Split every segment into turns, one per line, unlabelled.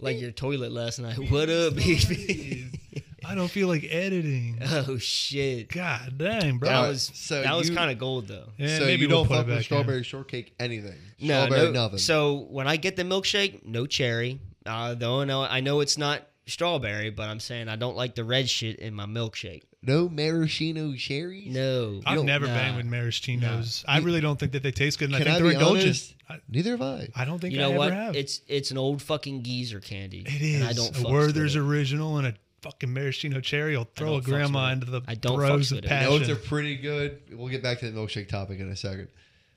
like your toilet last night. What up, baby?
I don't feel like editing.
oh shit.
God dang, bro.
That
Alright,
was
so
that was
you-
kind of gold though.
yeah,
so
Eh, maybe
you
we'll
don't
put it
fuck
back
with
in.
strawberry shortcake anything.
No,
strawberry
no.
nothing.
So when I get the milkshake, no cherry. Uh, though no, I know it's not strawberry, but I'm saying I don't like the red shit in my milkshake.
no maraschino cherries.
No,
I've
don't-
never
nah.
banged with maraschinos. I really don't think that they taste good, and I
Can
think
I
they're
be
indulgent.
honest?
I,
Neither have I.
I don't think
You
I
know
ever
what?
have.
It's it's an old fucking geezer candy.
It is.
And I don't.
a
fucks
Werther's
with it.
original and a fucking maraschino cherry will throw a
don't fucks with
grandma
it.
into the
I don't
throes
fucks
of
with it.
I know they're
passion.
pretty good. We'll get back to the milkshake topic in a second.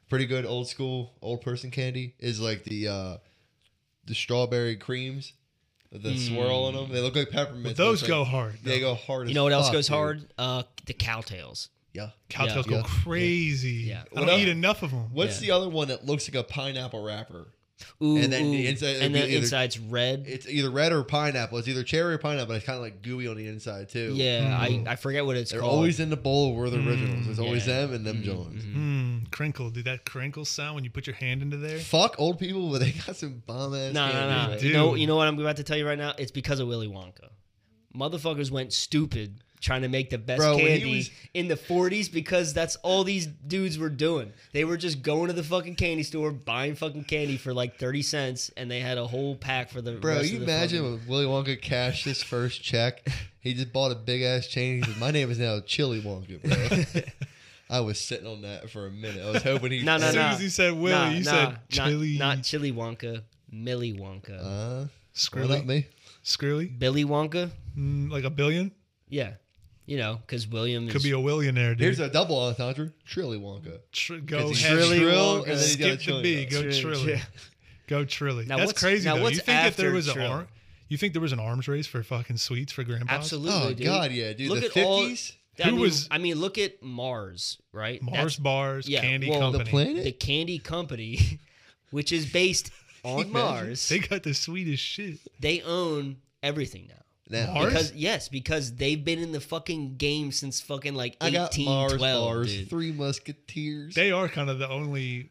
Pretty good old school old person candy is like the uh the strawberry creams with the swirl in them. They look like peppermints. but
Those
it's
go
like-
hard.
They go hard.
You
as
know what else
fuck,
goes
dude.
hard? Uh, the cowtails.
Yeah.
Cowtails go
yeah,
crazy.
yeah.
I don't
What
eat
else?
enough of them.
What's
Yeah.
the other one that looks like a pineapple wrapper?
Ooh,
And then the
ooh. and
inside- it'd
the
be either-
inside's red.
It's either red or pineapple. It's either cherry or pineapple. but It's kind of like gooey on the inside too.
yeah,
Mm.
I, I forget what it's
They're
called.
always in the bowl where the originals. It's always
Mm, yeah. Mm-hmm.
them and them Jones.
Mm, crinkle, dude. That crinkle sound when you put your hand into there.
Fuck old people, but they got some bomb ass.
No, no, no.
Dude.
You know, you know what I'm about to tell you right now? It's because of Willy Wonka. Motherfuckers went stupid trying to make the best
Bro, when he
candy
was-
in the 40s because that's all these dudes were doing. They were just going to the fucking candy store, buying fucking candy for like 30 cents, and they had a whole pack for the.
Bro,
rest of
you
the
imagine
fucking-
when Willy Wonka cashed his first check? He just bought a big ass chain. He said, "My name is now Chili Wonka." Bro. I was sitting on that for a minute. I was hoping he.
No, no,
as soon
no.
as you said Willy,
Nah,
you
nah,
said
not-
Chili.
Not, Chili Wonka, Millie Wonka.
Uh, well,
Skrilly.
not me.
Skrilly.
Billy Wonka?
Mm, like a billion?
Yeah. You know, because William is.
Could be a millionaire, dude.
Here's a double entendre: Trilly Wonka.
Tr- go
It's
heavy.
Trilly Trill, and
Wonka.
then he's got a
Skip the
Trilly
B.
Wonka.
Go
Trilly,
Trilly.
yeah.
Go Trilly.
Now
That's
what's-
crazy
now
though.
what's
you think if there
after
was an
Trilly?
arm, you think there was an arms race for fucking sweets for grandpa?
Absolutely.
Oh
dude.
God, yeah, dude.
Look
the
at all-
fifties,
I
Who
mean,
was-
I mean, look at Mars, right?
Mars
That's
bars,
yeah,
candy
well, the
the
company.
planet.
the candy company, which is based on
Imagine.
Mars,
They
they,
got the sweetest shit.
own everything now.
Now,
Mars?
Because yes, because they've been in the fucking game since fucking like
I got
eighteen
Mars
twelve.
bars,
dude.
Three Musketeers.
They are kind of the only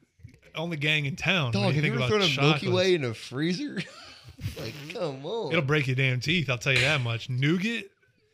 only gang in town. when
Dog,
you
have you
think
ever
about
thrown a
chocolates. Mm-hmm.
Milky Way in a freezer? like, come on.
It'll break your damn teeth. I'll tell you that much. Nougat.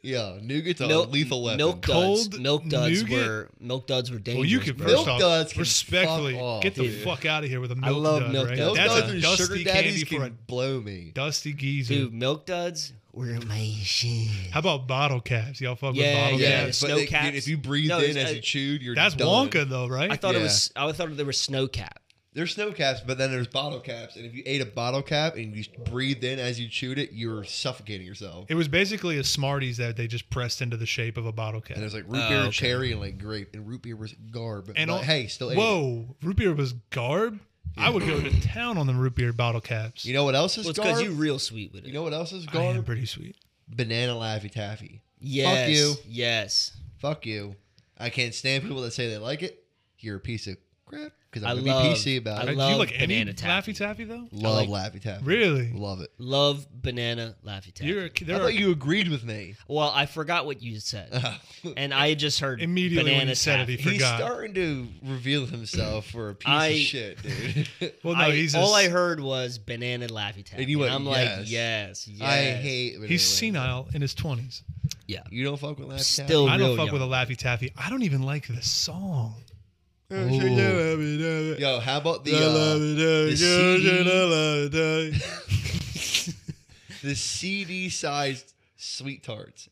yeah, nougat's a
Milk,
lethal weapon.
milk duds,
Cold
milk duds
nougat?
were milk duds were dangerous.
Well, you could
bro.
first
Milk
off,
duds can
respectfully
fuck off,
get the
dude.
fuck out of here with a milk
love
dud,
milk
right?
duds.
Milk
That's
duds
a
and
dusty
sugar
candy
daddies
for
can
a
blow me.
dusty geezer.
dude. Milk duds were amazing.
How about bottle caps? Y'all fuck
Oh, Yeah,
with bottle
yeah,
caps.
it's- snow
they- dude,
caps.
if you breathe
No,
in
it's-
as
uh,
you chewed, you're
That's
done.
Wonka though, right?
I thought it
Yeah.
was. I thought there was snow cap.
There's snow caps, but then there's bottle caps, and if you ate a bottle cap and you breathed in as you chewed it, you're suffocating yourself.
it was basically a Smarties that they just pressed into the shape of a bottle cap.
And there's like root
Oh,
beer,
okay.
cherry, and like grape, and root beer was garb.
And
And
all-
hey, still ate it.
Whoa, root beer was garb. I would go to town on the root beer bottle caps.
You know what else is
Well, it's
garb?
because you
You,
real sweet with it.
know what else is
I am
garb?
pretty sweet.
Banana laffy taffy.
yes,
you.
Yes.
Fuck you. I can't stand people that say they like it. You're a piece of crap because
I
I'm gonna
love-
be PC about
I
it.
Uh,
love
Do you like any
banana taffy.
Laffy Taffy though?
love laffy taffy.
Really?
love it.
Love banana laffy taffy.
You're a,
I
there are
thought you agreed with me.
Well, I forgot what you said, and I had just heard
immediately
Banana
when you said it, he
taffy.
He's
forgot.
starting to reveal himself for a piece
I-
of shit, dude.
well, no,
I-
he's a
all I
s-
heard was banana laffy taffy.
And you went,
I'm like, yes, yes.
I hate. Banana
He's
Laffy.
senile in his twenties.
Yeah.
You don't fuck with laffy
Still
I don't
real young.
fuck with a Laffy Taffy. I don't even like the song.
Oh.
taffy. Yo, how about the uh, the CD. the CD sized sweet tarts?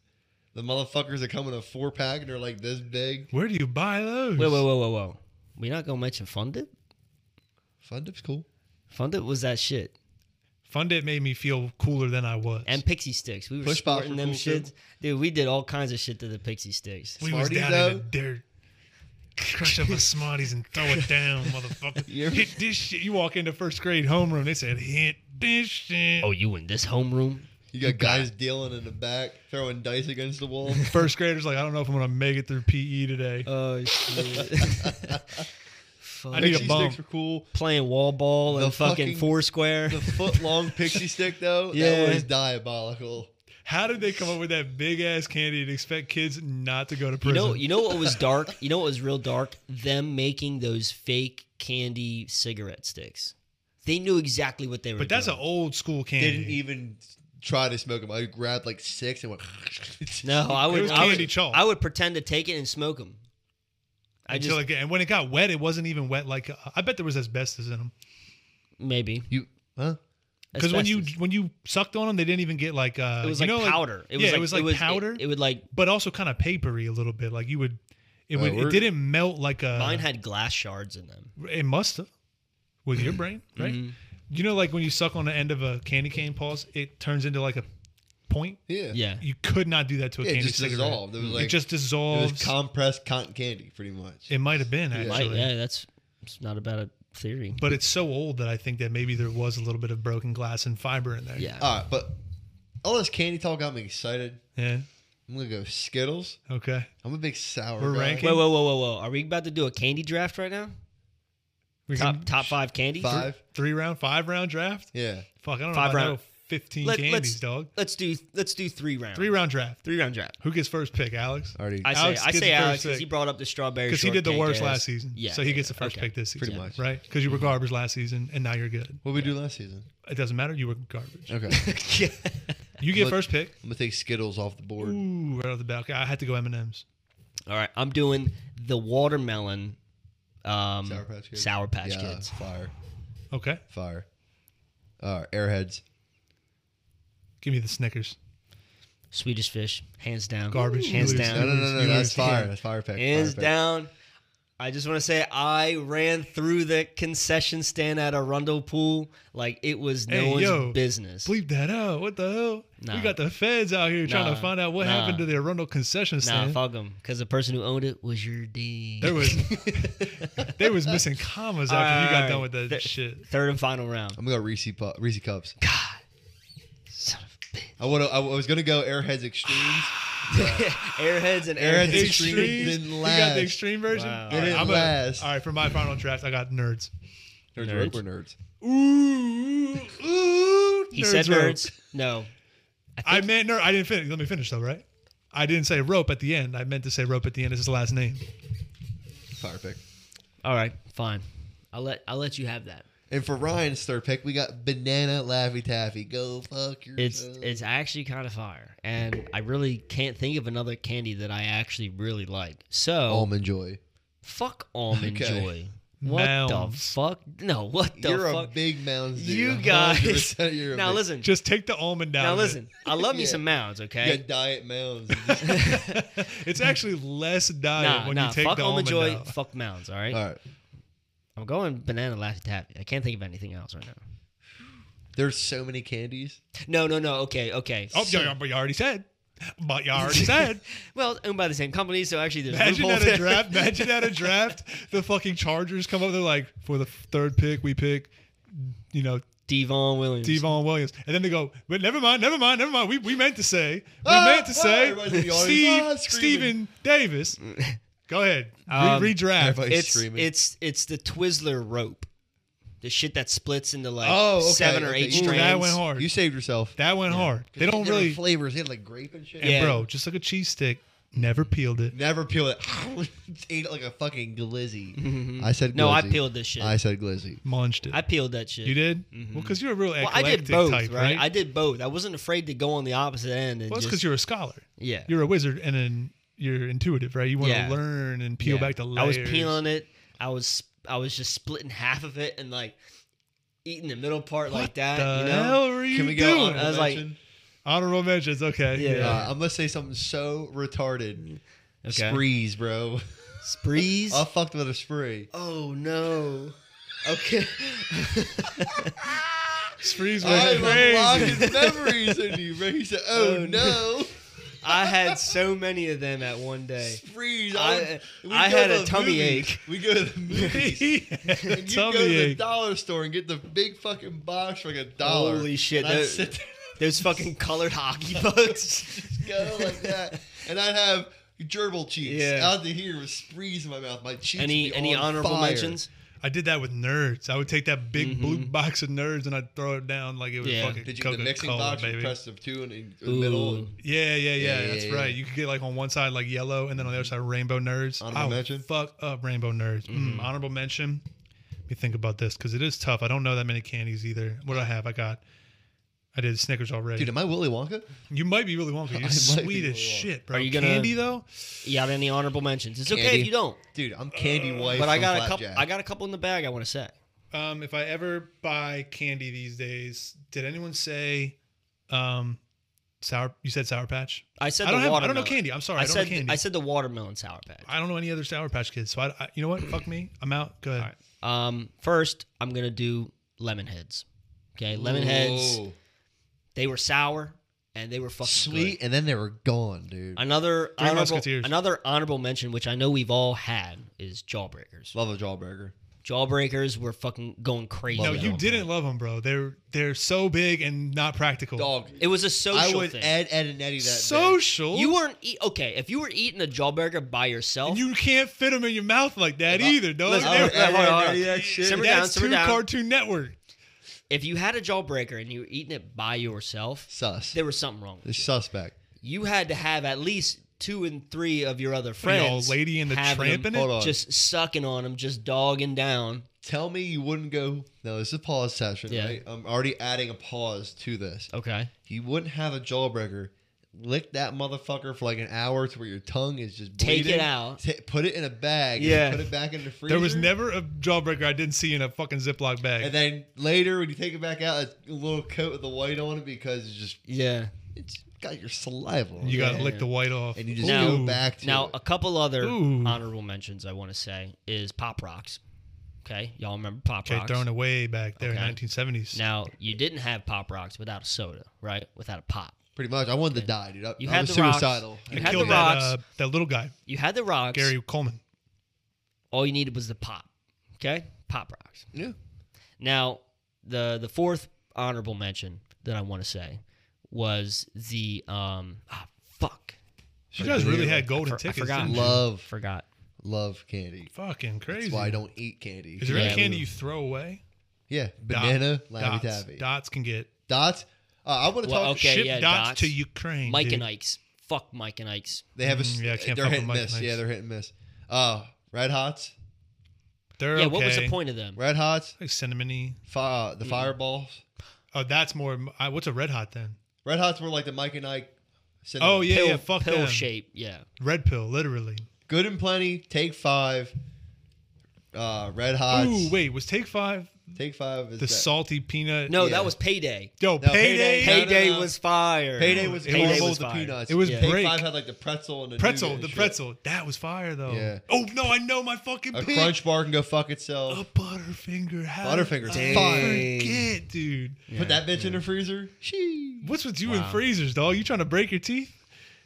The motherfuckers that come in a four pack and they're like this big.
Where do you buy those?
Wait, wait, wait, wait, wait. We not gonna mention Fun Dip?
Fun dip's cool.
Fun Dip was that shit.
Fun Dip made me feel cooler than I was.
And Pixie Sticks. We were
Push Pops
sporting
were
them
cool, too.
shits. Dude, we did all kinds of shit to the Pixie Sticks.
we was
Smarties,
down in
though?
the dirt. Crush up a Smarties and throw it down, motherfucker.
You ever-
Hit this shit. You walk into first grade homeroom, they said, hit this shit.
Oh, you in this homeroom?
You got guys dealing in the back, throwing dice against the wall.
First grader's like, I don't know if I'm going to make it through PE today.
Oh shit.
I need
Pixie
a bump.
sticks were cool.
Playing wall ball
The
and fucking,
fucking-
foursquare.
The foot long pixie stick though,
Yeah.
that was diabolical.
How did they come up with that big ass candy and expect kids not to go to
You
prison?
know, you know what was dark? You know what was real dark? Them making those fake candy cigarette sticks They knew exactly what they were.
But that's an
doing.
old school candy.
Didn't even try to smoke them. I grabbed like six and went.
no. I would.
was
I
candy
would,
chalk.
I would pretend to take it and smoke them. I just
Until it, and when it got wet, it wasn't even wet. Like I bet there was asbestos in them.
maybe
You huh?
Because when you
Asbestos.
when you sucked on them, they didn't even get like uh,
it was
you
like
know,
powder. it was
yeah,
like,
it was like powder,
It, would like
but also kind of papery a little bit. Like you would, it
Uh,
would, it
we're-
didn't melt like a.
mine had glass shards in them.
it must have with your brain,
Mm-hmm.
right? You know, like when you suck on the end of a candy cane, pause. It turns into like a point.
Yeah.
Yeah.
You could not do that to a
Yeah, it
candy
just
cigarette.
dissolved. It was like
it just
it was
dissolves. It,
compressed cotton candy, pretty much.
might have been actually,
Right, yeah, that's it's not a bad theory.
but it's so old that I think that maybe there was a little bit of broken glass and fiber in there.
Yeah.
All right, but all this candy talk got me excited.
Yeah.
I'm gonna go Skittles.
Okay.
I'm a big sour.
We're
guy.
ranking?
Whoa, whoa, whoa, whoa, whoa! Are we about to do a candy draft right now?
We
Top
can-
top five candy.
five.
three round, five round draft.
Yeah.
Fuck, I don't know.
Five
if I
round-
know fifteen
Let,
candies,
let's
dog.
let's do let's do three round
Three round draft.
three round draft.
Who gets first pick, Alex?
Already.
I say
Alex
I
gets
say
the first
Alex because he
pick.
brought up the strawberry
Because he did the
shortcake
worst
ass.
last season.
Yeah,
So he
yeah,
gets the
yeah.
first
Okay.
pick this season.
Pretty much.
Right? Because you were garbage last season and now you're good.
What did we do last season?
It doesn't matter. You were garbage.
Okay. I'm
yeah.
You get
Look-
first pick.
gonna take Skittles off the board.
Ooh, right off the bat. Okay, I had to go M&M's.
All right, I'm doing the watermelon. Um,
Sour Patch Kids.
Sour Patch
yeah,
Kids.
Fire.
Okay.
Fire. All right. Airheads.
Give me the Snickers.
Swedish Fish, hands down.
Garbage.
hands
You lose.
down.
No, no, no, no.
You
That's
lose.
fire. That's fire pick.
Hands
fire pick.
down. I just want to say I ran through the concession stand at Arundel Pool like it was no
Hey,
one's
yo,
business.
Bleep that out. What the hell?
Nah.
We got the feds out here trying
Nah.
to find out what
Nah.
happened to the Arundel concession
Nah,
stand.
fuck them, because the person who owned it was your D.
there was there was missing commas after you got
Alright.
done with that
Th-
shit.
Third and final round.
I'm gonna go Reese pu- Reese cups.
God, son of a bitch.
I would. I was gonna go Airheads extremes.
Airheads and
Airheads
airheads.
and Extreme,
Extreme.
then
You got
last.
the extreme version.
Wow.
Then
Alright, I'm gonna-
last.
all right, for my final draft, I got nerds.
Nerds,
Nerds.
We're nerds.
Ooh, Mm-hmm. ooh.
He said
rope.
nerds. No.
I meant nerd. I didn't finish. Let me finish though, right? I didn't say rope at the end. I meant to say rope at the end. It's his last name.
Fire pick.
All right, fine. I'll let I'll let you have that.
And for Ryan's third pick, we got banana Laffy Taffy. Go fuck yourself.
It's it's actually kind of fire, and I really can't think of another candy that I actually really like. So
almond joy.
fuck almond
Okay.
joy. What the
Mounds.
fuck? No, what the
you're a
fuck?
big mounds dude.
you
100%
guys.
You're a
Now
big-
listen.
Just take the almond down.
now
of it.
listen. I love me
Yeah.
some mounds.
You
Okay.
got diet mounds. You just-
It's actually less diet
Nah,
when
nah.
you take
Fuck
the
almond
almond
joy.
out.
Fuck mounds. All right?
All right.
I'm going banana laffy taffy. I can't think of anything else right now.
There's so many candies.
No, no, no. Okay, okay.
Oh, yeah, yeah, but you already said. But you already said.
Well, owned by the same company, so actually there's
Imagine
loophole
at a
there.
draft. Imagine at a draft. The fucking Chargers come up. They're like, for the third pick, we pick, you know,
Devon Williams.
Devon Williams, and then they go, but never mind, never mind, never mind. We, we meant to say, we
Ah,
meant
ah,
to say,
everybody's in the audience,
Steve,
ah, screaming.
Stephen Davis. Go ahead, Re-
Um,
redraft.
everybody-
it's
screaming.
it's it's the Twizzler rope, the shit that splits into like
Oh, okay,
seven or
okay.
eight
Ooh,
Ooh,
strands.
that went hard.
You saved yourself.
that went hard. They don't
Different
really,
flavors. They had like grape and shit.
Yeah.
and bro, just like a cheese stick, never peeled it.
Never peel it. Just Ate it like a fucking glizzy. I said glizzy.
Mm-hmm. No, I peeled this shit.
I
I,
said glizzy.
Munched it.
peeled that shit.
you did? Well, because you're a real
Mm-hmm. Well, I
eclectic
did both,
type,
right?
right?
I did both. I wasn't afraid to go on the opposite end. And
well, it's
just,
because you're a scholar.
yeah,
You're a wizard, and then you're intuitive, right? You want
Yeah.
to learn and peel
yeah.
back the layers.
I was peeling it. I was I was just splitting half of it and like eating the middle part like that.
The
you know?
hell are you
Can we go?
doing?
honorable
I was like-
mention?
Honorable mentions, okay.
Yeah.
Uh, I'm gonna say something so retarded.
Okay.
Sprees, bro.
Sprees.
I fucked with a spree.
oh no. Okay.
Sprees
I
went crazy.
unlocked his memories in you, bro. He said, "Oh,
Oh,
no,
I had so many of them at one day.
Sprees."
I-
would- we
I
go
had
to
a
the
tummy
movies.
ache.
We go to the movies.
and
And you go to the dollar store and get the big fucking box for like a dollar.
Holy shit,
And I'd
that-
sit there
Those fucking colored hockey bugs.
and go like that, and I'd have gerbil cheeks
Yeah.
out to here with sprees in my mouth. My cheeks. would
any
be
any
on
honorable
fire.
mentions?
I did that with nerds. I would take that big blue box of nerds and I'd throw it down like it was
Mm-hmm. Yeah.
fucking
Did you
Coca
the mixing
Cola,
box? You
baby.
press the two and in the
Ooh.
middle. And
yeah, yeah, yeah,
yeah,
That's
yeah.
right. You could get like on one side like yellow and then on the other side rainbow nerds.
Honorable
I would
mention?
Mm-hmm.
Fuck up rainbow nerds. Mm, honorable mention. Be me think about this because it is tough. I don't know that many candies either. What do I have? I got. I did Snickers already.
Dude, am I Willy Wonka?
you might be really Wonka. You're
might be
sweet
Willy
as
Wonka.
shit, bro.
Are you gonna-
candy though?
You got any honorable mentions? It's okay
Candy.
if you don't.
Dude, I'm Candy White.
But I
from
got a couple.
Flapjack.
I got a couple in the bag. I want to say.
Um, if I ever buy candy these days, did anyone say, um, sour? You said Sour Patch.
I said
I don't
the
have. I don't
watermelon.
know candy. I'm sorry. I,
I
don't
said
know candy.
I said the watermelon sour patch.
I don't know any other Sour Patch Kids. So I, I you know what? Fuck me. I'm out. Go ahead.
Um, first I'm gonna do lemon heads. Okay, lemon heads.
Whoa.
They were sour and they were fucking
Sweet,
good.
and then they were gone, dude.
Another
Three
honorable,
Musketeers.
another honorable mention, which I know we've all had, is jawbreakers.
Love a jawbreaker.
Jawbreakers were fucking going crazy.
No,
Love
you
them.
didn't love them, bro. They're they're so big and not practical.
Dog,
It was a social
I would
thing.
add Ed and Eddie that. day.
Social.
you weren't eat, okay if you were eating a jawbreaker by yourself.
And you can't fit them in your mouth like that
I-
either, dog.
Listen,
I would
They're-
Hold on,
add Ed and
hold on.
Eddie that shit.
Simmer down,
that's
simmer
too
down.
Cartoon Network.
if you had a jawbreaker and you were eating it by yourself,
Sus.
there was something wrong.
the suspect.
You had to have at least two and three of your other
Yo,
friends.
lady and the
having
tramp
them,
in
Hold
it.
on.
just sucking on them, just dogging down.
Tell me you wouldn't go. No, this is a pause session,
Yeah. Oh.
right? I'm already adding a pause to this.
Okay.
You wouldn't have a jawbreaker. Lick that motherfucker for like an hour to where your tongue is just
Take it
bleeding.
out.
Ta- put it in a bag. and
Yeah.
Put it back in the freezer.
There was never a jawbreaker I didn't see in a fucking Ziploc bag.
And then later, when you take it back out, it's a little coat with the white on it because it's just
Yeah.
it's got your saliva. On
you
it.
gotta
Yeah.
lick the white off.
and you just
Now-
go back to
Now, uh,
it.
a couple other
Ooh.
honorable mentions I want to say is Pop Rocks. Okay. Y'all remember Pop
Okay,
Rocks?
throwing away back there
Okay.
in 1970s.
now, you didn't have Pop Rocks without a soda, right? Without a pop.
Pretty much, I wanted to die, dude. I,
You
I
had
was
the rocks.
suicidal.
You
I
had
killed
the
that,
rocks.
uh, that little guy,
You had the rocks.
Gary Coleman.
All you needed was the pop. Okay? Pop Rocks.
Yeah.
Now, the the fourth honorable mention that I want to say was the um ah, fuck.
You guys really had golden
for- I
tickets.
forgot.
didn't you?
Love,
Forgot.
love candy.
Fucking crazy.
That's why I don't eat candy.
Is there
Yeah,
any candy
we-
you throw away?
yeah,
Dot-
banana, Laffy
dots.
Taffy.
Dots can get
Dots. Uh, I want to
Well,
talk.
okay.
ship
yeah,
dots,
dots.
to Ukraine.
Mike
dude.
and Ike's. Fuck Mike and Ike's.
They have a. s-
Mm, yeah, I can't
they're
fuck
hit
with
and
Mike
miss.
Nice.
Yeah, they're hit and miss. Uh, Red Hots.
They're
Yeah, what was the
okay.
point of them?
Red Hots.
Like cinnamony.
Fi-
Mm.
uh, the Fireballs.
Oh, that's more. I, what's a red hot then?
Red Hots were like the Mike and Ike. cinnamon.
Oh yeah,
pill
yeah. Fuck
pill
them.
shape, yeah.
Red pill, literally.
Good and plenty. Take five. Uh, Red Hots.
Ooh, wait. Was Take Five
Take five is
the
that-
salty peanut?
No,
Yeah.
that was payday.
Yo,
No,
payday.
Payday-
Payday
no, no.
was fire.
Payday was
It
caramel
was-
with the
fire.
peanuts.
It was
Yeah.
Take
break.
five had like the pretzel and the nougat
pretzel.
and
The
shit.
pretzel. That was fire though.
Yeah.
Oh no, I know my fucking.
A
pick.
crunch bar can go fuck itself.
A Butterfinger. How
Butterfinger's
did I
fire.
Forget, dude.
Put that bitch in the freezer. Sheesh.
What's with you
Wow.
and freezers, dog? You trying to break your teeth?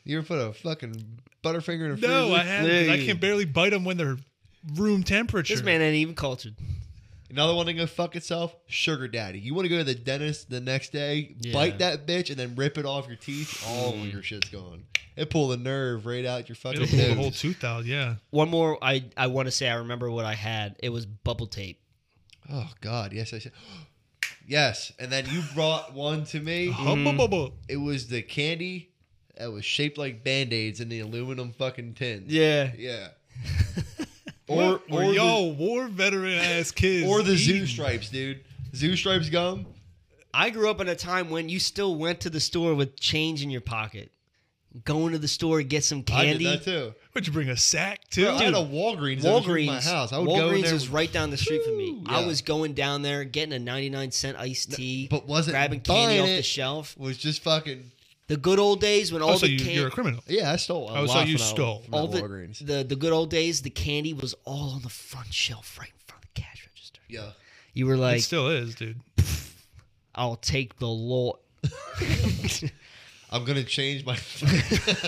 You ever put a fucking Butterfinger in a freezer?
No, I haven't. I
Dude.
can barely bite them when they're room temperature.
This man ain't even cultured.
Another one to go fuck itself. Sugar daddy. You want to go to the dentist the next day,
Yeah. Mm.
bite that bitch, and then rip it off your teeth. All your shit's gone. It pull the nerve right out your fucking
It'll pull the
nose.
whole tooth out. Yeah.
One more I, I want to say I remember what I had. It was bubble tape.
oh God, yes, I said. Yes, and then you brought one to me.
Uh-huh.
Hubba-bubba.
It was the candy that was shaped like band aids in the aluminum fucking tin.
Yeah.
yeah.
Or, or,
the-
y'all war veteran ass kids.
or the zoo
eating.
stripes, dude. Zoo stripes gum.
I grew up in a time when you still went to the store with change in your pocket. Going to the store to get some candy.
I did that too.
Would you bring a sack too?
Bro, I had a Walgreens. that was near
Walgreens,
my house. I would go in
Walgreens
there.
was right down the street from me.
Whew,
I
yeah.
was going down there getting a 99 cent iced tea,
but wasn't
grabbing candy
buying
off the
it.
shelf.
was just fucking.
The good old days when all
oh, so
the
you,
candy
you're a criminal.
Yeah, I stole. A
Oh, so
lot
you
from that-
stole.
from
all
that
the,
Walgreens.
the the good old days, the candy was all on the front shelf, right in front of the cash register.
yeah,
You were like,
it still is, dude.
"I'll take the lot."
I'm gonna change my.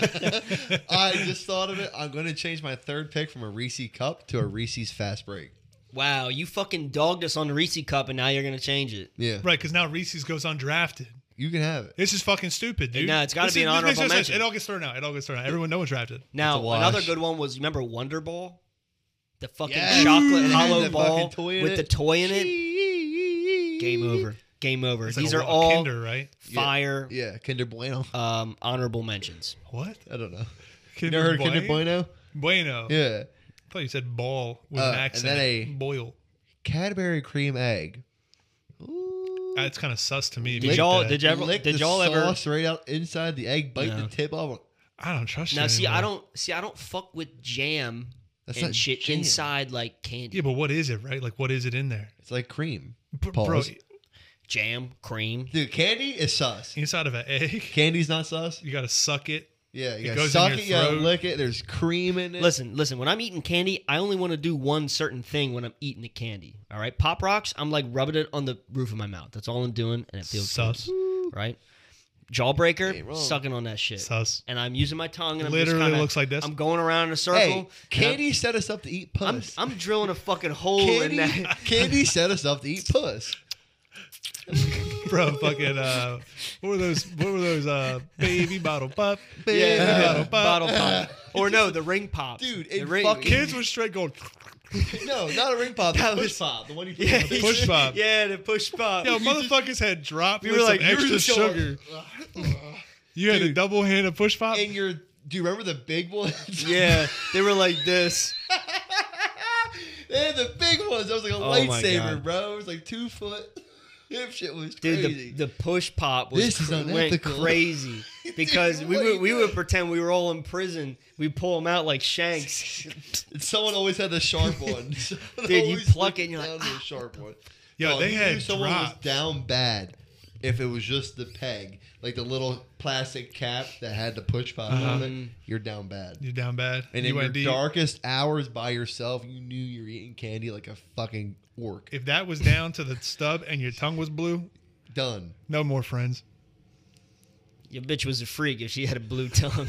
I just thought of it. I'm gonna change my third pick from a Reese cup to a Reese's fast break.
Wow, you fucking dogged us on the Reese cup, and now you're gonna change it.
Yeah,
Right, because now Reese's goes undrafted.
you can have it.
This is fucking stupid, dude.
no, it's gotta
This
be
is-
an
this makes
honorable
no sense.
mention.
It all gets thrown out. It all gets thrown out. Everyone, no one's drafted.
Now
It's a wash.
another good one was remember Wonder Ball, the fucking
Yeah.
chocolate
It had
hollow
the
ball
fucking toy in
with
it.
the toy in it. Game over. Game over.
It's like
These
a
are
wa-
all
Kinder, right?
fire
Yeah, Kinder Bueno.
um, honorable mentions.
What?
I don't know. You
Kinder
never heard of Kinder
Bueno? Bueno.
Bueno? Yeah.
I thought you said ball with
Uh,
an
and
accent.
then a-
Boil.
Cadbury cream egg. Ooh.
That's kind of sus to me. if
Did
you
y'all?
did that.
Did y'all?
Lick
Did
the
y'all ever?
sauce right out inside the egg, bite
No.
the tip off.
I don't trust you.
Now, see, I
anymore.
don't see. I don't fuck with jam
That's
and
not
shit
jam.
inside like candy.
Yeah, but what is it, right? Like, what is it in there?
It's like cream.
B- bro,
Pause.
Jam, cream.
Dude, candy is sus.
inside of an egg,
Candy's not sus.
you gotta suck it.
Yeah,
It
you gotta
goes in
suck
your
it, you gotta
throat.
lick it. There's cream in it.
Listen, listen. When I'm eating candy, I only want to do one certain thing when I'm eating the candy. All right, pop rocks. I'm like rubbing it on the roof of my mouth. That's all I'm doing, and it feels
Sus.
good, right?
Ain't
Jawbreaker,
wrong.
sucking on that shit,
Sus.
and I'm using my tongue, and I'm
Literally
just kinda,
looks like this.
I'm going around in a circle.
hey,
and I'm-
candy set us up to eat
I'm,
puss.
I'm drilling a fucking hole in
candy,
that.
candy set us up to eat puss.
Bro, fucking uh, what were those? What were those? Uh, baby bottle pop.
Yeah,
Baby
bottle,
bottle pop.
pop. Or no, the ring pop.
Dude,
the
it
ring.
fucking-
Kids were straight going.
No, not a ring pop.
That
That push
was-
pop. The one you put
yeah,
in the
Push pop.
Yeah, the push pop.
Yo, motherfuckers had dropped.
You
You
were
were
like,
like
you were
extra
just going-
sugar. You had a
Dude.
double hand of push pop.
and your do you remember the big ones?
yeah, they were like this.
they had the big ones. That was like a
Oh my God.
lightsaber, bro. It was like two foot. That shit was
Dude,
crazy.
the, the push pop was
This is
cr- went
unethical.
crazy because
Dude,
we
what are
would
you
we would
doing?
pretend we were all in prison. We pull them out like shanks.
And someone always had the sharp one. Someone
Dude, you
always
pluck it and you're
down
like, "Ah,
to the sharp one.
Yo,
Oh,
they
you knew
had
someone was
dropped.
down bad if it was just the peg, like the little plastic cap that had the push pop on
Uh-huh.
it. You're down bad.
You're down bad.
And in
you
your
went deep.
darkest hours by yourself, you knew you were eating candy like a fucking orc.
If that was down to the stub and your tongue was blue,
Done.
no more friends.
Your bitch was a freak if she had a blue tongue.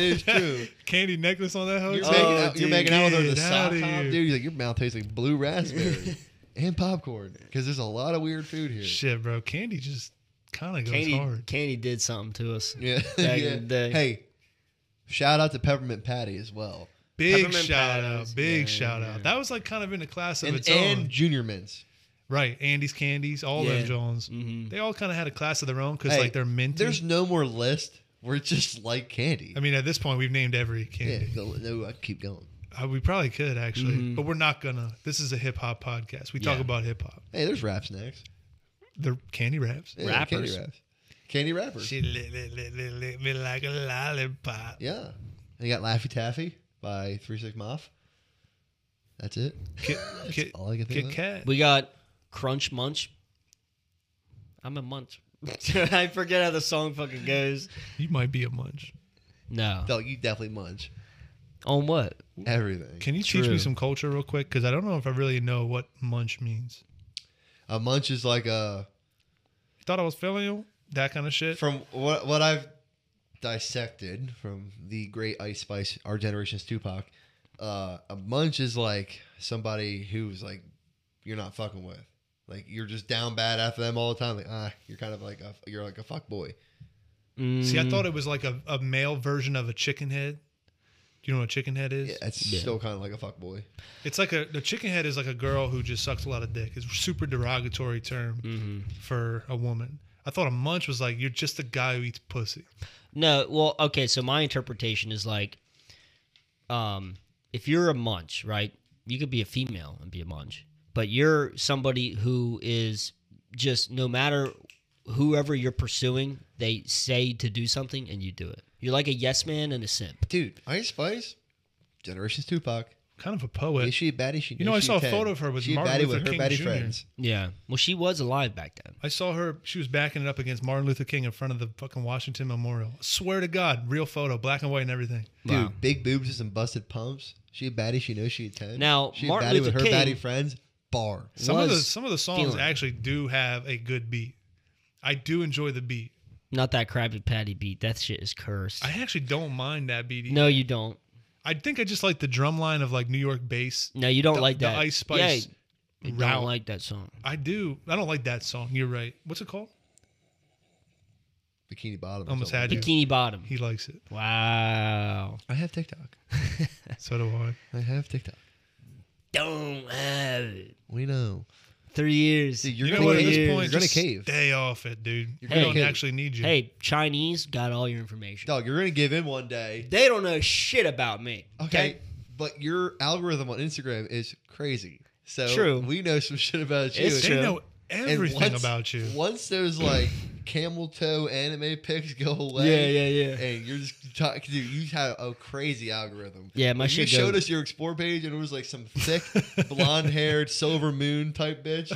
is true.
Candy necklace on that hoe.
You're,
too?
making,
Oh,
out, you're
dude,
making out with her
get
the sock
outta
pop,
here.
dude. You're like, your mouth tastes like blue raspberry and popcorn because there's a lot of weird food here.
Shit, bro. Candy just kind of goes
Candy
hard.
Candy did something to us.
Yeah.
Back in
yeah.
the day.
Hey, shout out to Peppermint Patty as well.
Big
peppermint
shout
patties.
out. Big
Yeah,
shout
yeah.
out. That was like kind of in a class of
And,
its
and
own.
Junior Mints.
Right. Andy's Candies, all
Yeah.
them Jones.
Mhm.
They all kind of had a class of their own because
Mm-hmm. Hey,
like they're minty.
There's no more list. We're just like candy.
I mean, at this point, we've named every
yeah,
candy.
go- no, I keep going.
Uh, we probably could actually,
Mm-hmm.
Mhm.
but we're not gonna. This is a hip hop podcast. We talk
Yeah.
about hip hop.
Hey, there's rap snacks.
The candy wraps.
Yeah,
Rappers.
Candy wraps. Candy rappers.
She lit, lit, lit, lit, lit me like a lollipop.
Yeah. And you got Laffy Taffy by Three Six Moth. That's it.
Kit, Kit,
all I can think
Kit
of.
Kat.
We got Crunch Munch. I'm a munch. I forget how the song fucking goes.
You might be a munch.
No.
Dog, you definitely munch
On what?
everything.
Can you teach
True.
me some culture real quick? Because I don't know if I really know what munch means.
a munch is like a
You thought I was feeling you? That kind of shit.
from what what I've dissected from the great Ice Spice, our generation's Tupac. Uh, a munch is like somebody who's like you're not fucking with. Like you're just down bad after them all the time. Like ah, you're kind of like a you're like a fuck boy.
See,
Mm.
I thought it was like a, a male version of a chicken head. Do you know what a chicken head is?
Yeah, it's
Yeah.
still kind of like a fuck boy.
It's like a the chicken head is like a girl who just sucks a lot of dick. It's a super derogatory term
Mm-hmm.
for a woman. I thought a munch was like you're just a guy who eats pussy.
No, well, okay, so my interpretation is like um if you're a munch, right? You could be a female and be a munch, but you're somebody who is just no matter whoever you're pursuing, they say to do something and you do it. You're like a yes man and a simp.
Dude, Ice Spice, generation's Tupac.
Kind of a poet.
Is she a baddie? She,
You know,
is
I saw
she
a
10?
photo of her with
she a
Martin
baddie
Luther
with her
King
baddie
Jr..
friends.
Yeah. Well, she was alive back then.
I saw her. She was backing it up against Martin Luther King in front of the fucking Washington Memorial. swear to God, real photo, black and white and everything.
Dude,
Wow.
big boobs and some busted pumps. She a baddie. She knows she a ten.
Now,
she
Martin
a baddie
Luther
with her
King-
baddie friends. Bar.
Some of the
Was
some of the songs
feeling.
actually do have a good beat. I do enjoy the beat.
Not that Krabby Patty beat. That shit is cursed.
I actually don't mind that beat.
no, you don't.
I think I just like the drum line of like New York bass.
No, you don't
the,
like
the
that.
Ice Spice.
Yeah, you don't
route.
like that song.
I do. I don't like that song. You're right. What's it called?
Bikini bottom. or
Almost
something.
had you.
Bikini Bottom.
He likes it.
Wow.
I have TikTok.
So do I.
I have TikTok.
Don't have it.
We know.
Three years.
Dude, you're
You know
gonna
what? At
cave.
this
years.
point,
You're gonna
just
cave.
stay off it, dude. We
You're
gonna
don't
cave.
actually need you.
hey, Chinese got all your information.
Dog, you're gonna give in one day.
They don't know shit about me.
Okay. But your algorithm on Instagram is crazy. So
True.
we know some shit about you.
It's
They
true.
know
And
everything
once-
about you.
Once those like camel toe anime pics go away,
yeah,
eh,
yeah.
and you're just talking, dude. You have a crazy algorithm.
Yeah, my
When
shit
You showed
goes-
us your explore page, and it was like some thick, blonde-haired silver moon type bitch,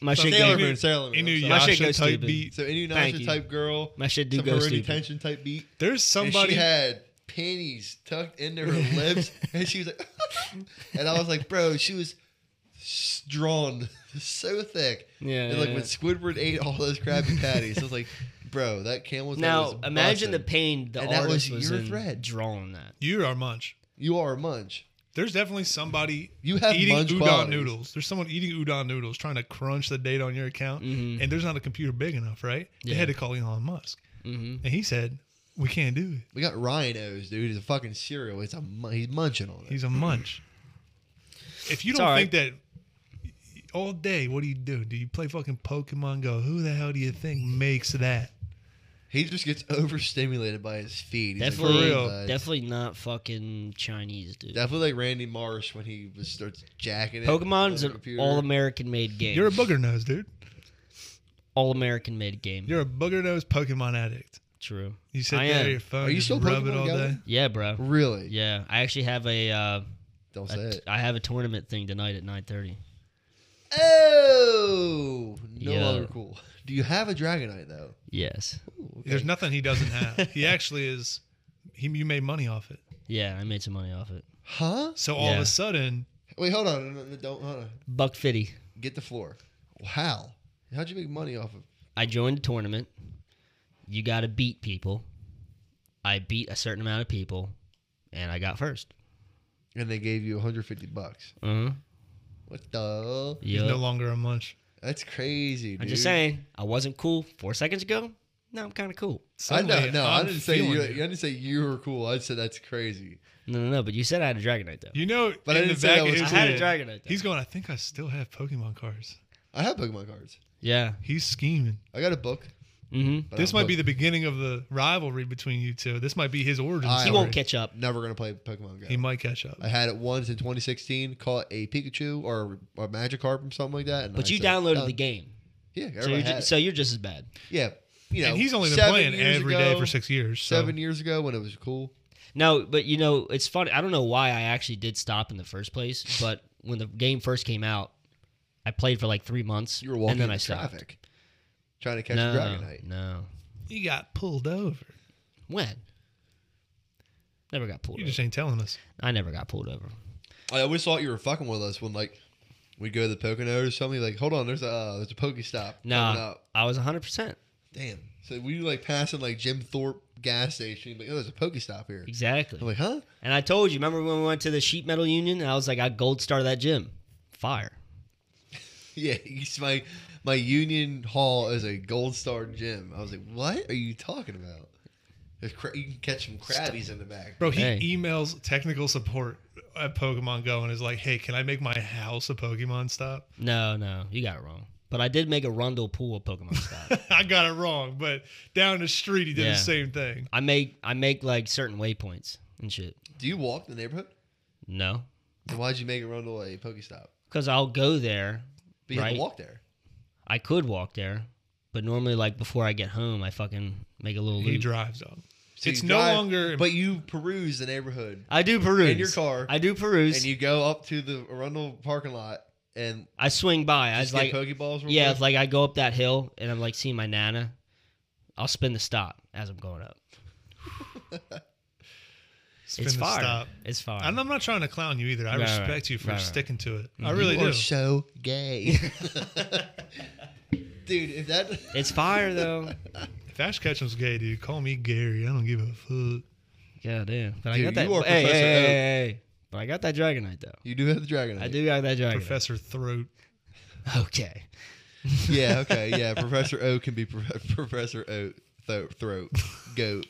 My shit
Sailor
go,
Moon, Sailor Moon.
Inu
I'm sorry.
My shit
Yasha
goes
type
stupid.
beat.
So
Thank you.
Inuyasha type girl,
my shit do
some
go
Rurouni
stupid.
Tension type beat.
There's
And
somebody.
she had panties tucked into her lips, and she was like, and I was like, bro, she was s- drawn so thick.
Yeah,
and like
yeah,
when Squidward ate all those Krabby Patties, I was like, bro, that camel's
Now imagine the
bussin'.
pain the
And that was
artist was,
your
in
thread.
drawing that.
you are munch.
you are a munch.
There's definitely somebody
You have
eating
munch
udon
qualities.
noodles. There's someone eating udon noodles trying to crunch the data on your account,
Mm-hmm.
Mhm.
and there's not a computer big enough, right?
Yeah.
They had to call Elon Musk,
hmm
Mm-hmm.
and he said, "We can't do it.
We got rhinos, dude. He's a fucking cereal. He's a mun- he's munching on it.
He's a munch." If you
It's
don't
all
think that all day, what do you do? Do you play fucking Pokemon Go? Who the hell do you think makes that?
he just gets overstimulated by his feed. He's like,
Definitely,
For real.
"Oh, God."
definitely not fucking Chinese, dude.
Definitely like Randy Marsh when he was, starts jacking it.
Pokemon's
on the
an
computer.
all American made game.
You're a booger nose, dude.
all American made game.
You're a booger nose Pokemon addict.
True.
You sit
I
there,
am.
your phone,
Are you
just
still
rub
Pokemon
it all
Go?
day.
Yeah, bro.
Really?
Yeah, I actually have a, uh,
Don't
a
say
t-
it.
I have a tournament thing tonight at nine thirty.
Oh, no
Yeah.
longer cool. Do you have a Dragonite though?
Yes.
Ooh, okay.
There's nothing he doesn't have. he actually is. He you made money off it.
Yeah, I made some money off it.
Huh?
So all of
Yeah.
a sudden,
Wait, hold on. No, no, don't hold on.
Buck fifty.
Get the floor. How? How'd you make money off of?
I joined a tournament. You got to beat people. I beat a certain amount of people, and I got first.
And they gave you 150 bucks.
Uh-huh.
What the?
he's
Yeah.
Mm-hmm. no longer a munch.
That's crazy, dude.
I'm just saying, I wasn't cool four seconds ago. Now I'm kind of cool.
I know,
Suddenly,
no, I
I'm
didn't say
feeling
you. I
it.
didn't say you were cool. I said that's crazy.
No, no, no. But you said I had a Dragonite though.
You know,
But I
in the
didn't say
back
that
of
was
his
I had a
head,
Dragonite. Though.
he's going. I think I still have Pokemon cards.
I have Pokemon cards.
yeah.
He's scheming.
I got a book.
Mm-hmm.
But
This
I'm
might be
hooked.
the beginning of the rivalry between you two. This might be his origin.
He
I
story.
won't catch up.
never gonna play Pokemon Go.
He might catch up.
I had it once in 2016. Caught a Pikachu or a Magikarp or something like that. and
But
I
you
said,
downloaded
uh,
"Oh,
the game,
Yeah,
so you're,
everybody had
just,
it.
so you're just as bad.
yeah. You know,
and he's only been
seven
playing
years
every day
ago-
for six years. So.
Seven years ago when it was cool.
No, but you know it's funny. I don't know why I actually did stop in the first place, but when the game first came out, I played for like three months,
You were walking
and then
in
I stopped.
traffic, trying to catch
No,
a Dragonite.
no.
You got pulled over.
When? Never got pulled
You
over.
just ain't telling us.
I never got pulled over.
I always thought you were fucking with us when like we go to the Pocono or something. Like, hold on, there's a uh, there's a Pokestop coming
No,
up.
I was 100. percent
Damn. So we were like passing like Jim Thorpe gas station. Like, oh, there's a Pokestop here.
Exactly.
I'm like, huh?
And I told you, remember when we went to the sheet metal union? And I was like, I gold star that gym. Fire.
Yeah, he's my my Union Hall is a gold star gym. I was like, what are you talking about? There's Cra- you can catch some crabbies in the back.
Bro, he
Hey.
emails technical support at Pokemon Go and is like, "Hey, can I make my house a Pokemon stop?"
No, no, you got it wrong. But I did make a Rundle pool of Pokemon stop.
I got it wrong, but down the street he did
Yeah.
the same thing.
I make I make like certain waypoints and shit.
Do you walk the neighborhood?
No,
Then why'd you make it run to a Pokestop?
because I'll go there.
But you have
Right.
to walk there.
I could walk there, but normally, like before I get home, I fucking make a little
He
loop.
drives on.
So
it's
you
no
drive,
longer.
But you peruse the neighborhood
I do peruse
in your car,
I do peruse.
and you go up to the Arundel parking lot and
I swing by. I was
just get
like,
Pokeballs. Real
yeah,
quick.
it's like I go up that hill and I'm like seeing my nana. I'll spin the stop as I'm going up.
spin
it's
the
fire.
stop.
It's fire.
And I'm not trying to clown you either. I
Right, right,
respect you for
right, right.
sticking to it. I really
you
do.
are so gay, dude. If that
It's fire though.
if Ash Ketchum's gay, dude, call me Gary. I don't give a fuck.
God damn. But I
Dude,
got that.
you are
hey, hey,
Professor
hey,
Oak.
hey, hey. But I got that Dragonite though.
you do have the dragon,
I do got that Dragonite.
Professor Throat.
Okay.
Yeah, okay, yeah. Professor O can be pro- Professor O throat, throat goat,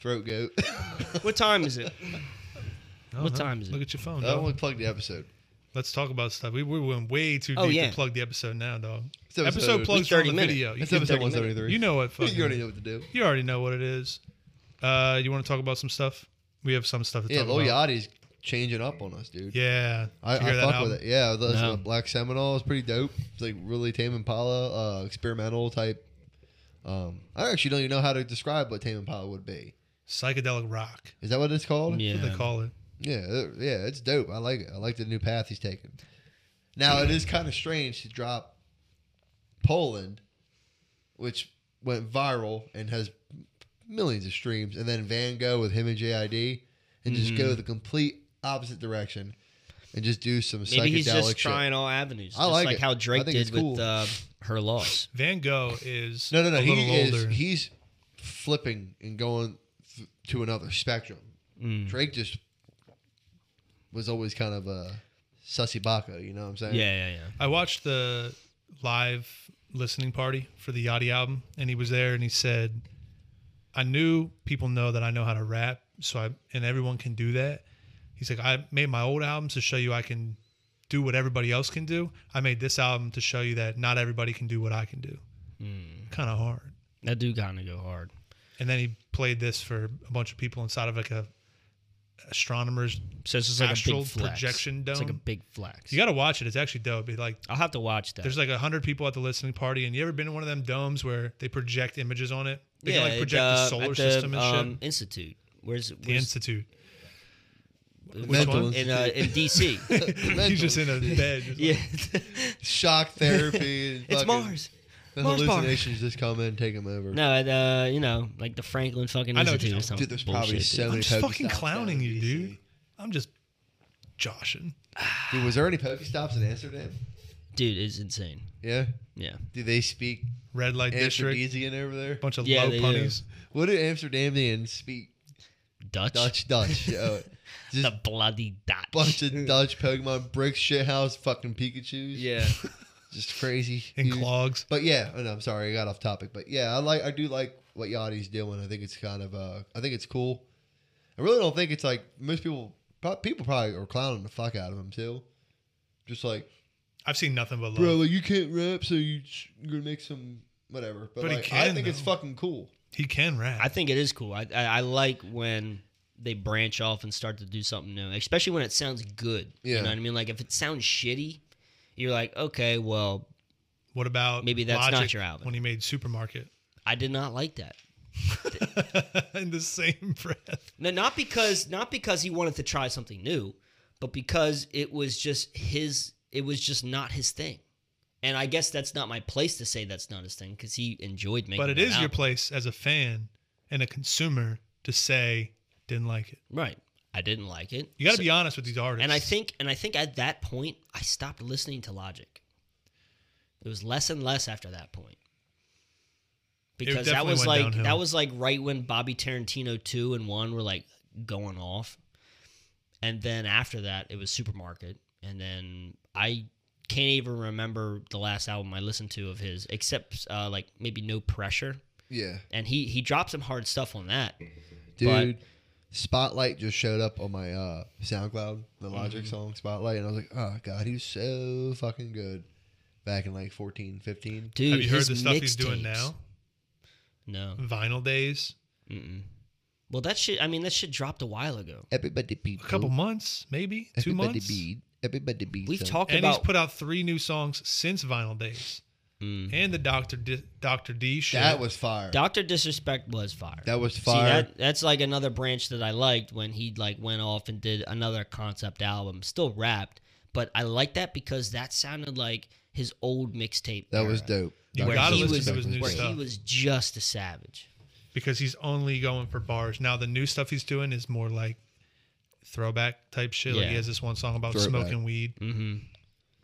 throat goat.
What time is it?
I
What
don't know.
time is it?
Uh-huh. Look at your phone.
I
Dog.
only plugged the episode.
Let's talk about stuff. We, we went way too
Oh,
deep
yeah.
to plug the episode now, dog.
It's
Episode,
episode-
plugs
It's
for
30
the
minutes.
video. You,
That's episode
give 30 minutes.
173.
you know what?
you
fucking-
already know what to do.
you already know what it is. Uh, you want to talk about some stuff? We have some stuff to
Yeah,
talk
Lil
about.
Yachty's changing up on us, dude.
Yeah.
I,
Did you
I
hear that
fuck with
album?
it. Yeah, the,
No.
Black Seminole is pretty dope. It's like really Tame Impala, uh, experimental type. Um, I actually don't even know how to describe what Tame Impala would be.
Psychedelic rock.
Is that what it's called?
That's what
Yeah.
they call it.
Yeah, it- yeah, it's dope. I like it. I like the new path he's taking. Now it is kind of strange to drop Poland, which went viral and has millions of streams, and then Van Gogh with him and JID, and just
Mm-hmm.
go the complete opposite direction, and just do some psychedelic
Maybe he's just
shit.
trying all avenues.
I
just
like
like,
it.
how
I
Drake
think it's
did
cool.
with uh, her loss.
Van Gogh is
No, no, no.
a little
He is
older.
he's flipping and going th- to another spectrum.
Mm.
Drake just was always kind of a sussy baka, you know what I'm saying?
Yeah, yeah, yeah.
I watched the live listening party for the Yachty album, and he was there, and he said, "I knew people know that I know how to rap, so I and everyone can do that." He's like, "I made my old albums to show you I can do what everybody else can do. I made this album to show you that not everybody can do what I can do. Kind of hard."
That do kind of go hard.
And then he played this for a bunch of people inside of like a astronomers.
So it's just like a
Astral
big flex.
projection
It's like a
dome?
big flex.
You got to watch it. It's actually dope. It like
I'll have to watch that.
There's like a hundred people at the listening party, and you ever been to one of them domes where they project images on it? They can like
it,
project the
uh,
solar
at
system and
um,
shit.
Institute. Where's,
The
where's
institute.
which
Mental
one? In, uh, in DC.
Mental
He's just in a bed. just like-
yeah,
shock therapy. And
it's
fucking-
Mars.
The
Mars bar.
hallucinations just come in and take them over.
No, at, uh, you know, like the Franklin fucking
I know,
Institute or
dude,
something.
Dude, there's probably
Bullshit,
so
dude.
many
I'm just
Pokestops
fucking
down
clowning
in
you,
DC.
dude. I'm just joshing.
Dude, was there any Pokestops in Amsterdam?
Dude, it's insane.
Yeah.
Yeah.
Do they speak
Red light district.
Amsterdamian over there?
Bunch of
Yeah,
low
they do.
punnies.
What do Amsterdamians speak?
Dutch.
Dutch, Dutch. yeah. Just
The bloody Dutch.
bunch of Dutch Pokemon bricks, shit house, fucking Pikachu's.
Yeah.
Just crazy.
And
huge.
clogs.
But yeah, oh no, I'm sorry, I got off topic. But yeah, I like I do like what Yachty's doing. I think it's kind of uh I think it's cool. I really don't think it's like most people pro- people probably are clowning the fuck out of him too. Just like,
I've seen nothing but love.
bro, like, you can't rap, so you sh- you're gonna make some whatever. But,
But he
like, I
can,
think it's
though.
fucking cool.
He can rap.
I think it is cool. I, I I like when they branch off and start to do something new, especially when it sounds good.
Yeah.
You know what I mean? Like if it sounds shitty, you're like, okay, well,
what about
Maybe that's not
Logic
your album.
when he made Supermarket?
I did not like that.
In the same breath.
No, not because not because he wanted to try something new, but because it was just his. It was just not his thing, and I guess that's not my place to say that's not his thing because he enjoyed making.
But it
that
is your
album.
place as a fan and a consumer to say didn't like it.
right? I didn't like it.
You got to
So-
be honest with these artists.
And I think and I think at that point I stopped listening to Logic. It was less and less after that point. Because that
definitely
was
went
like
downhill.
that was like right when Bobby Tarantino 2 and 1 were like going off. And then after that it was Supermarket and then I can't even remember the last album I listened to of his except uh, like maybe No Pressure
Yeah,
and he he dropped some hard stuff on that.
dude. Spotlight just showed up on my uh SoundCloud, the
Mm-hmm.
Logic song Spotlight, and I was like, oh god, he's so fucking good. Back in like 14, 15.
Dude,
Have you heard
his
the stuff he's doing
mixtapes- No.
now? Vinyl days,
Mm-mm. Well, that shit. I mean, that shit dropped a while ago.
Everybody beat
a couple
Hmm?
months, maybe two
everybody
months.
Beat, everybody beat.
We've
them.
talked
And he's
about.
put out three new songs since Vinyl Days,
Mm.
and the Doctor D, Doctor D shit.
That was fire.
Doctor Disrespect was fire.
That was
See,
fire.
that that's like another branch that I liked when he like went off and did another concept album, still rapped, but I liked that because that sounded like his old mixtape.
That, was
era,
dope.
You
Dr.
gotta
he
listen
was-
to
Disrespect
his new
Where
dope.
he
stuff
was just a savage.
because he's only going for bars. Now the new stuff he's doing is more like throwback type shit. Like
Yeah.
he has this one song about
Throwback.
smoking weed.
Mm-hmm.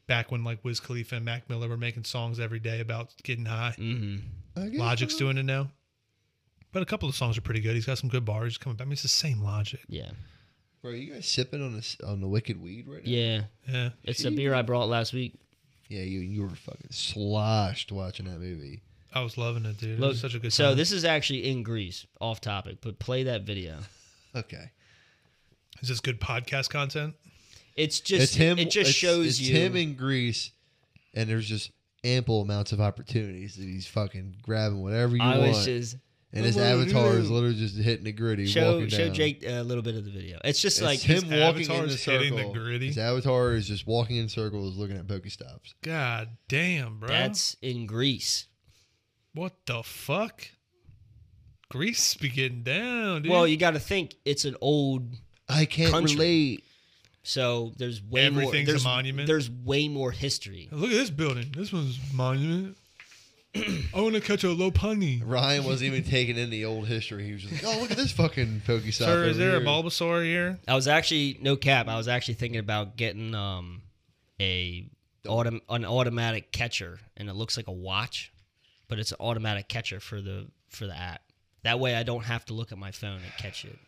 Back when like Wiz Khalifa and Mac Miller were making songs every day about getting high.
Mm-hmm.
I guess
Logic's
so.
doing it now. But a couple of songs are pretty good. He's got some good bars coming back. I mean, it's the same logic.
Yeah.
Bro, you guys sipping on this on the wicked weed right now?
Yeah.
Yeah.
It's a beer I brought last week.
Yeah, you you were fucking sloshed watching that movie.
I was loving it, dude. it
Look,
was such a good
so
time.
this is actually in Greece, off topic, but play that video.
Okay.
Is this good podcast content?
It's just
it's him
it just
it's-
shows
it's
you
him in Greece and there's just ample amounts of opportunities that he's fucking grabbing whatever you
I
want
was just
and his
I'm gonna do
avatar is
that.
literally just hitting the gritty.
Show
walking
show
down.
Jake a little bit of the video. It's just
It's
like
him
His
walking
avatar
in the
is hitting the
circle.
gritty.
His avatar is just walking in circles, looking at Pokestops.
God damn, bro.
that's in Greece.
what the fuck? Greece be getting down, dude.
Well, you got to think it's an old
I can't
Country.
relate.
so there's way more
Everything's a
there's,
monument.
There's way more history.
look at this building. This one's monument. I want to catch a Lopani.
Ryan wasn't even taking in the old history. He was just like, "Oh, look at this fucking Pokestop."
Sir, is
over
there a
here."
Bulbasaur here?
I was actually no cap. I was actually thinking about getting um a autom- an automatic catcher, and it looks like a watch, but it's an automatic catcher for the for the app. That way, I don't have to look at my phone and catch it.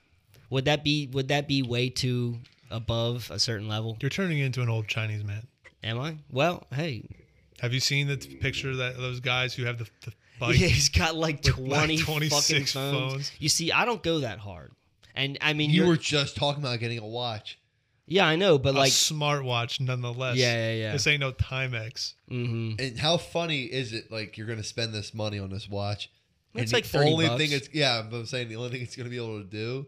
Would that be Would that be way too above a certain level?
You're turning into an old Chinese man.
Am I? Well, hey,
Have you seen the t- picture of that those guys who have the, the bike?
yeah, he's got like
with, like,
twenty fucking phones.
26 phones.
You see, I don't go that hard, and I mean,
You
you're-
were just talking about getting a watch.
yeah, I know, but
a
like,
smartwatch, nonetheless.
Yeah, yeah, yeah.
This ain't no Timex.
mhm.
And how funny is it? Like you're gonna spend this money on this watch.
It's
and
like
the
30
only
bucks.
thing it's yeah. But I'm saying the only thing it's gonna be able to do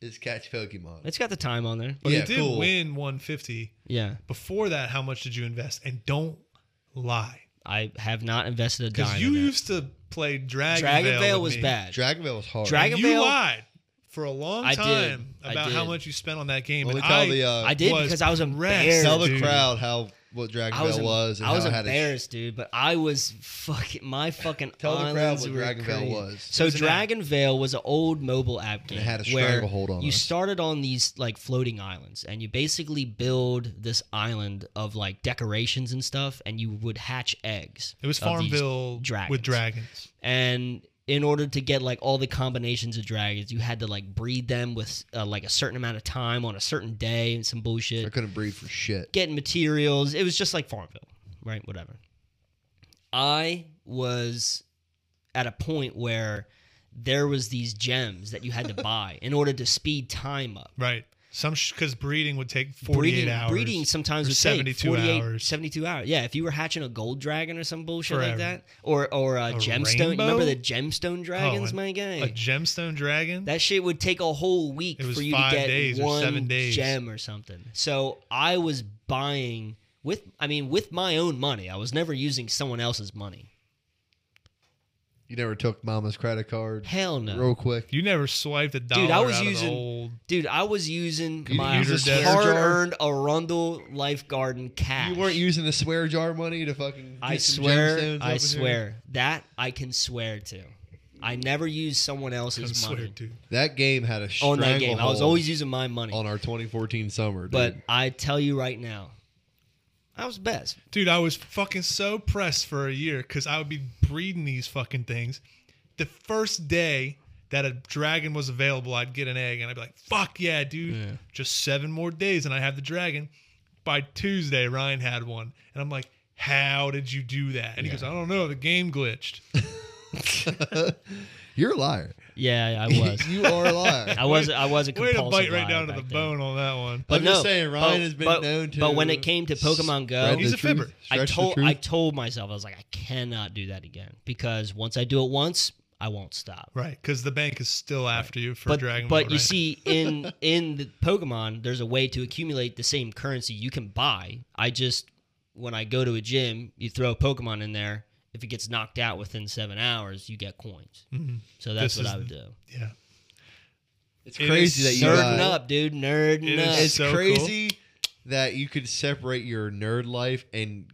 is catch Pokemon.
it's got the time on there.
But
yeah,
he did
cool.
win 150.
Yeah,
Before that, how much did you invest? And don't lie,
I have not invested a
because
dime.
you
in that.
used to play Dragon.
Dragon
Veil
Veil
with
was
me.
bad.
Dragon Ball was hard.
Dragon-
And you
Veil-
lied for a long
I did.
time
I
about how
did.
much you spent on that game.
Let me
and
tell
I,
the uh,
I did
was
because I was embarrassed.
pressed,
tell the
dude.
crowd how what Dragon
I was,
Ball was and
I was
how it had a
embarrassed, dude. But I was fucking my fucking.
Tell the crowd
islands
what
were
Dragon Veil
crazy.
was.
So
It was an app.
Dragon Veil was an old mobile app game
it had a
where
stranglehold on
you
us.
started on these like floating islands, and you basically build this island of like decorations and stuff, and you would hatch eggs.
It was
of these
Farmville with dragons.
and in order to get like all the combinations of dragons, you had to like breed them with uh, like a certain amount of time on a certain day and some bullshit
I couldn't breathe for shit.
getting materials. It was just like Farmville, right? Whatever. I was at a point where there was these gems that you had to buy in order to speed time up.
Right. Some because breeding would take 48
Breeding,
hours.
breeding sometimes
or
would
72
take 48,
hours.
72 hours. Yeah, if you were hatching a gold dragon or some bullshit
Forever.
like that, or or a, gemstone.
rainbow?
Remember the gemstone dragons,
an-
my
Oh, A
guy?
gemstone dragon.
That shit would take a whole week
It was
for you to
five
get
days or
one
seven days.
gem or something. So I was buying with, I mean, with my own money. I was never using someone else's money.
You never took Mama's credit card.
Hell no,
Real quick.
you never swiped a dollar
dude. I was
out of
using,
the old.
dude. I was using
You
my
used
a debtor jar?
hard-earned Arundel Life Garden cash.
You weren't using the swear jar money to fucking.
I
get some
swear,
gemstones
I
over
swear
here?
that I can swear to. I never used someone
I
else's
swear,
money
dude.
that game had a
on that game. I was
stranglehold
always using my money.
on our 2014 summer. Dude.
But I tell you right now, I was best.
Dude, I was fucking so pressed for a year because I would be breeding these fucking things. The first day that a dragon was available, I'd get an egg and I'd be like, fuck yeah, dude. Just seven more days and I have the dragon. By Tuesday, Ryan had one. And I'm like, how did you do that? And he goes, I don't know. The game glitched.
you're a liar.
Yeah, I was.
you are a liar.
I was. I was a
Way to
compulsive
bite right
liar
down to
back
the
then.
bone on that one.
But
I'm
no,
just saying, Ryan
but-
has been
but-
known to.
But when it came to Pokemon
spread
Go,
He's
the
a
truth,
fibber.
I
stretch the
told
truth.
I told myself I was like, I cannot do that again because once I do it once, I won't stop.
Right. Because the bank is still after you for
But
Dragon
but
Ball,
you
right?
see, in in the Pokemon, there's a way to accumulate the same currency you can buy. I just when I go to a gym, you throw a Pokemon in there. If it gets knocked out within seven hours, you get coins. So that's
Mm-hmm. This
what
is
I would do.
Yeah.
it's
It is
crazy that you
certain
Nerding
guys-
up, dude. Nerding
It is
up.
It's
so
crazy that you could separate your nerd life and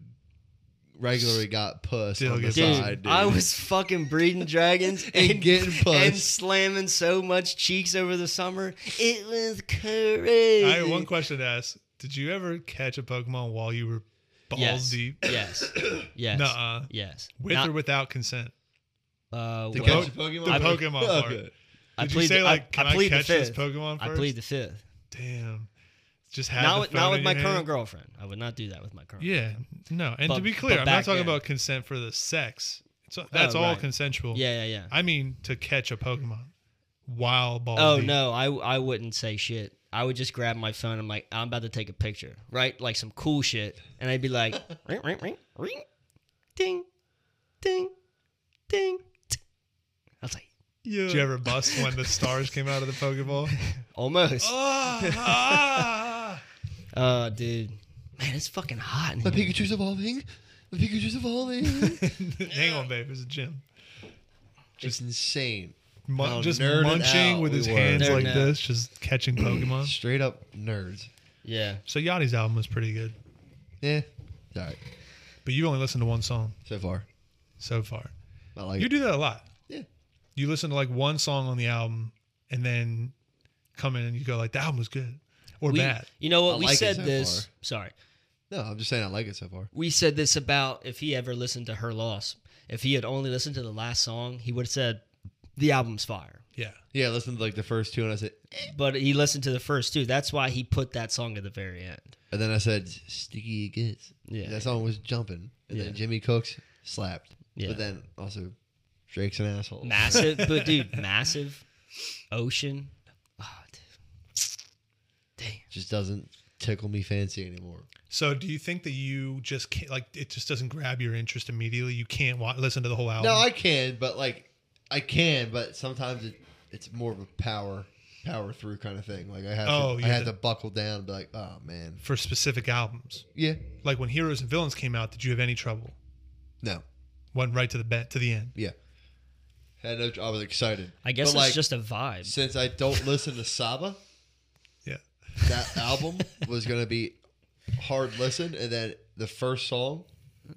regularly got puss
Still
on the
get
Dude,
side. Dude.
I was fucking breeding dragons
And
and,
getting pussed.
and slamming so much cheeks over the summer. It was crazy.
I have one question to ask. Did you ever catch a Pokemon while you were balls
Yes.
deep?
Yes. Yes.
Nuh-uh.
Yes.
With
Not-
or without consent?
uh,
to
well,
catch a Pokemon.
the Pokemon part.
I
Did you
plead
say,
the-
like,
I,
can
I
I
plead
catch
the
this
fifth.
Pokemon
I
first?
plead the fifth.
Damn. Just have
Not
the
with
phone
not with
in
my
your
current
hand.
girlfriend. I would not do that with my current.
Yeah. No. And
But-
to be clear,
but
I'm
back
not talking
then. Oh,
about consent for the sex. So that's all
right.
consensual.
Yeah. Yeah. Yeah.
I mean to catch a Pokemon while balls
Oh
deep.
no, I I wouldn't say shit. I would just grab my phone. I'm like, I'm about to take a picture, right? Like some cool shit, and I'd be like, ring, ring, ring, ring, ding, ding, ding. t- I was like, Yeah.
Did you ever bust when the stars came out of the Pokeball?
Almost.
Oh.
Ah, ah.
Uh, dude. Man, it's fucking hot in
My
here.
Pikachu's evolving. My Pikachu's evolving.
Hang on, babe. It's a gym.
Just insane.
Mu-
Oh,
How
just
nerded
munching
out
with
we
his
were.
hands
Nerding
like
out.
this, just catching Pokemon.
Straight up nerds.
Yeah.
so Yachty's album was pretty good,
Yeah. All right.
but you only listened to one song
So far.
so far.
I like
You
it.
do that a lot.
Yeah.
You listen to like one song on the album, and then come in and you go like, "The album was good," or
We,
bad.
you know what?
I
we
like it
said
so
this.
far.
Sorry.
No, I'm just saying I like it so far.
We said this about if he ever listened to Her Loss. If he had only listened to the last song, he would have said, the album's fire.
Yeah,
Yeah, I listened to like the first two and I said, eh.
But he listened to the first two. That's why he put that song at the very end.
and then I said, sticky it gets.
Yeah.
That song was jumping. And
Yeah.
then Jimmy Cooks slapped.
Yeah.
But then also, Drake's an asshole.
Massive, but dude, massive ocean. Oh, dude. Damn.
Just doesn't tickle me fancy anymore.
So, do you think that you just can't, like it just doesn't grab your interest immediately? You can't wa listen to the whole album.
No, I can, but like, I can, but sometimes it, it's more of a power, power through kind of thing. Like I have,
Oh,
to,
you
I
have
have
to-
to buckle down, and be like, oh man,
for specific albums,
yeah,
like when Heroes and Villains came out, did you have any trouble?
no,
Went right to the bet to the end.
yeah. Had no, I was excited.
I guess
But,
it's
like,
just a vibe.
since I don't listen to Saba,
Yeah,
that album was gonna be hard listen, and then the first song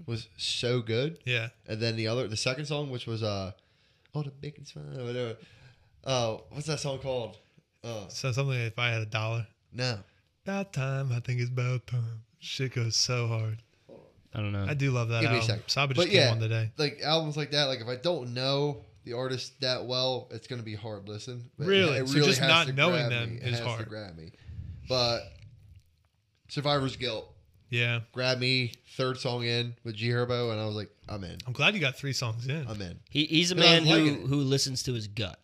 was so good,
yeah.
and then the other, the second song, which was uh, oh the bacon's fine, or whatever. Uh, what's that song called? Uh,
So something like if I had a dollar,
no,
about time. I think it's about time. Shit goes so hard.
I don't know.
I do love that
Give me a
album.
sec.
Saba
But
just
yeah.
came on today.
like albums like that. Like if I don't know the artist that well, it's gonna be hard listen. But it-
Really?
it
So just
has
not
to
knowing
grab
them
me. It
is
has to
hard.
grab me. But Survivor's Guilt
Yeah,
grabbed me third song in with G Herbo, and I was like, I'm in,
I'm glad you got three songs in.
I'm in.
He, he's a
And I
man
was
who,
liking it.
who listens to his gut.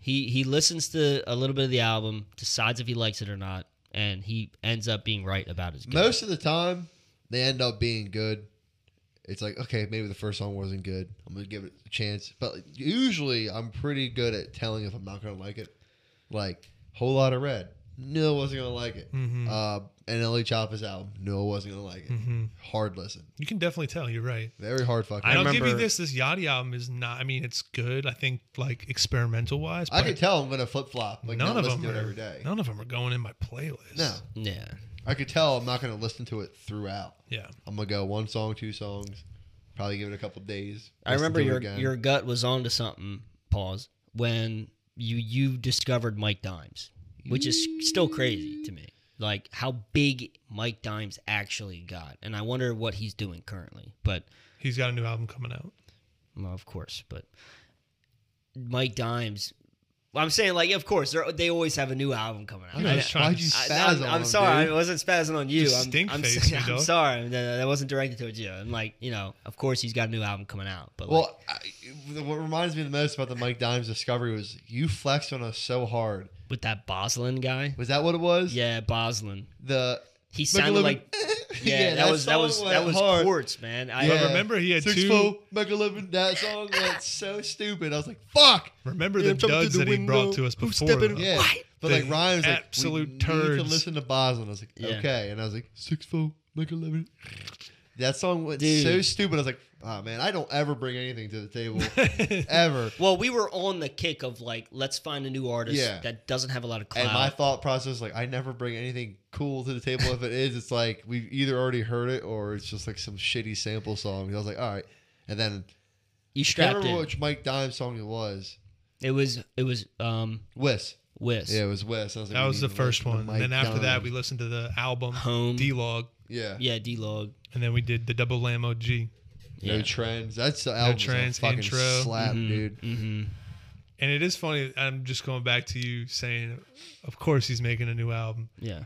He he listens to a little bit of the album, decides if he likes it or not, and he ends up being right about his gut.
Most of the time, they end up being good. It's like okay, maybe the first song wasn't good. I'm gonna give it a chance, but like, usually I'm pretty good at telling if I'm not gonna like it. Like whole lot of red, no, I wasn't gonna like it.
Mhm.
Uh, and Ellie Choppa's album, no, I wasn't gonna like it.
hmm
Hard listen,
You can definitely tell. You're right.
very hard fucking.
I
I
will give you
remember-
this. This Yachty album is not. I mean, it's good. I think like experimental wise.
I could tell I'm gonna flip flop. Like
none
not
of
listen
them
to
are,
it every day.
None of them are going in my playlist.
No,
Yeah.
I could tell I'm not gonna listen to it throughout.
Yeah.
I'm gonna go one song, two songs, probably give it a couple days.
I
listen
remember
to it
your
again.
your gut was onto something. Pause. When you you discovered Mike Dimes, which is still crazy to me. Like how big Mike Dimes actually got, and I wonder what he's doing currently. But
He's got a new album coming out.
Well, of course, but Mike Dimes. Well, I'm saying, like, of course, they're- they always have a new album coming out.
I
know,
I-
know,
just trying
why'd
to
you
I-
spaz
I'm,
on
I'm
him,
sorry,
dude?
I wasn't spazzing on you.
Just
I'm,
stink
I'm,
face
saying-
me,
I'm
dog.
sorry, that, that wasn't directed towards you. I'm like, you know, of course he's got a new album coming out, but like,
Well, I, what reminds me the most about the Mike Dimes discovery was you flexed on us so hard.
with that Boslin guy,
Was that what it was?
yeah, Boslin.
The
He sounded like, yeah, that, was that
song
was
went
that was
hard.
quartz, man. I uh,
Yeah.
Remember he had
Six
two-
Foot, Megalevin, that song went so stupid. I was like, fuck.
Remember
Yeah,
the
jump through
duds
the
that he brought
window.
to us
Who's
before. though.
Yeah,
What?
but
The
like Ryan was like,
absolute
absolute we Need to
turds.
listen to Boslin. I was like,
Yeah.
okay, and I was like, six four, make eleven. That song went
Dude.
so stupid. I was like, oh man, I don't ever bring anything to the table, ever.
Well, we were on the kick of like, let's find a new artist
Yeah.
that doesn't have a lot of clout.
And my thought process, like, I never bring anything cool to the table. If it is, it's like we've either already heard it or it's just like some shitty sample song. I was like, all right, and then
you
I can't
strapped
remember
in.
which Mike Dimes song it was.
It was it was um
Wes.
Wiz.
Yeah, it was Wes. I was like,
That
we
was
need
the
to
first
listen to
one.
Mike
And then after that,
Dimes.
we listened to the album
Home.
D Log,
yeah.
Yeah, D log.
and then we did the Double Lamb OG.
Yeah.
No trends. That's the album.
Trends
fucking
intro.
slap,
Mhm,
dude.
mhm.
And it is funny. I'm just going back to you saying, of course he's making a new album.
Yeah.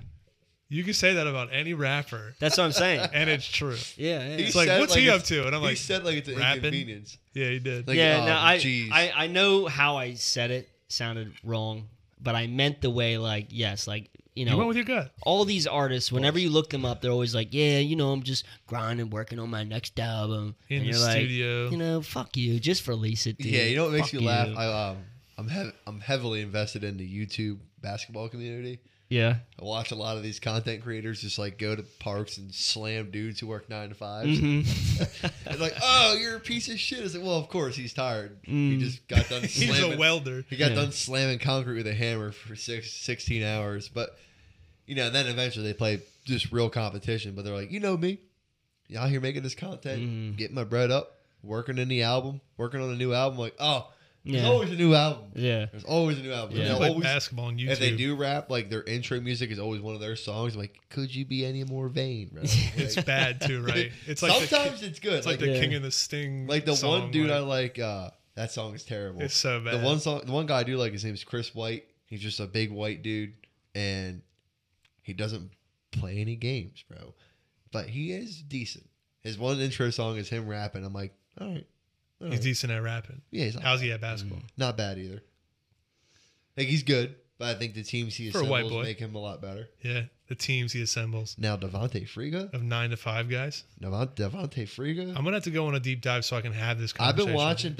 You can say that about any rapper,
That's what I'm saying.
and it's true.
Yeah.
He
Yeah.
It's like,
said
what's he
it's-
up to? And I'm
he
like,
said like it's an
rapping.
inconvenience.
yeah, he did.
Like,
yeah,
oh,
no, I,
jeez.
I I know how I said it sounded wrong, but I meant the way like yes, like you know
you went with your gut.
all these artists, whenever you look them up, they're always like, Yeah, you know, I'm just grinding, working on my next album.
In
and
the
you're like,
studio.
You know, fuck you, just release it, dude.
yeah, you know what makes
Fuck
you laugh? I um, I'm hev- I'm heavily invested in the YouTube basketball community.
Yeah.
I watch a lot of these content creators just like go to parks and slam dudes who work nine to 5s
Mm-hmm.
It's like, oh, you're a piece of shit. It's like, well, of course he's tired. He
Mm.
just got done
He's
slamming.
a welder.
he got
Yeah.
done slamming concrete with a hammer for six, 16 hours. But you know, then eventually they play just real competition. But they're like, you know me, y'all here making this content,
Mm.
getting my bread up, working in the album, working on a new album. Like, oh, there's
Yeah.
always a new album.
Yeah.
There's always a new album.
Yeah.
And
They
they'll
play
always-
basketball on YouTube.
if they do rap, like their intro music is always one of their songs. I'm like, could you be any more vain, bro?
it's
Like,
bad too, right? It's like
sometimes
the,
it's good.
it's like,
like,
the
Yeah.
King and the Sting.
like the
song,
one dude I
like,
like. uh That song is terrible.
It's so bad.
The one song, the one guy I do like, his name's Chris White. He's just a big white dude, and he doesn't play any games, bro. But he is decent. His one intro song is him rapping. I'm like, all right, all
he's
right.
decent at rapping.
yeah, he's not,
How's he at basketball?
not bad either. Like he's good, but I think the teams he
For a white
assembles
boy.
make him a lot better.
Yeah, the teams he assembles
Now Devonte Friga,
of nine to five guys.
Devon- Devonte Friga.
I'm gonna have to go on a deep dive so I can have this.
I've
conversation.
been watching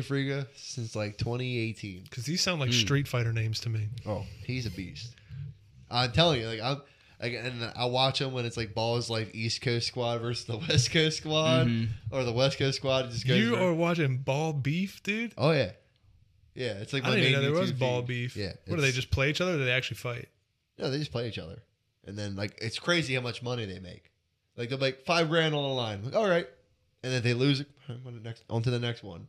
Devonte Friga since like 2018.
because these sound like
Mm.
Street Fighter names to me.
Oh, he's a beast. I'm telling you, like I'm, like, and I watch him when it's like balls like East Coast squad versus the West Coast squad,
Mhm.
or the West Coast squad just goes.
Mm-hmm. You
for-
are watching Ball Beef, dude.
oh yeah, yeah. It's like
I
my
didn't even know
main
there was
YouTube
Ball
feed.
Beef.
Yeah.
What do they
it's-
just play each other? or Do they actually fight?
No, they just play each other, and then like it's crazy how much money they make. Like they're like five grand on the line. Like all right, and then they lose it. On to the next, on to the next one.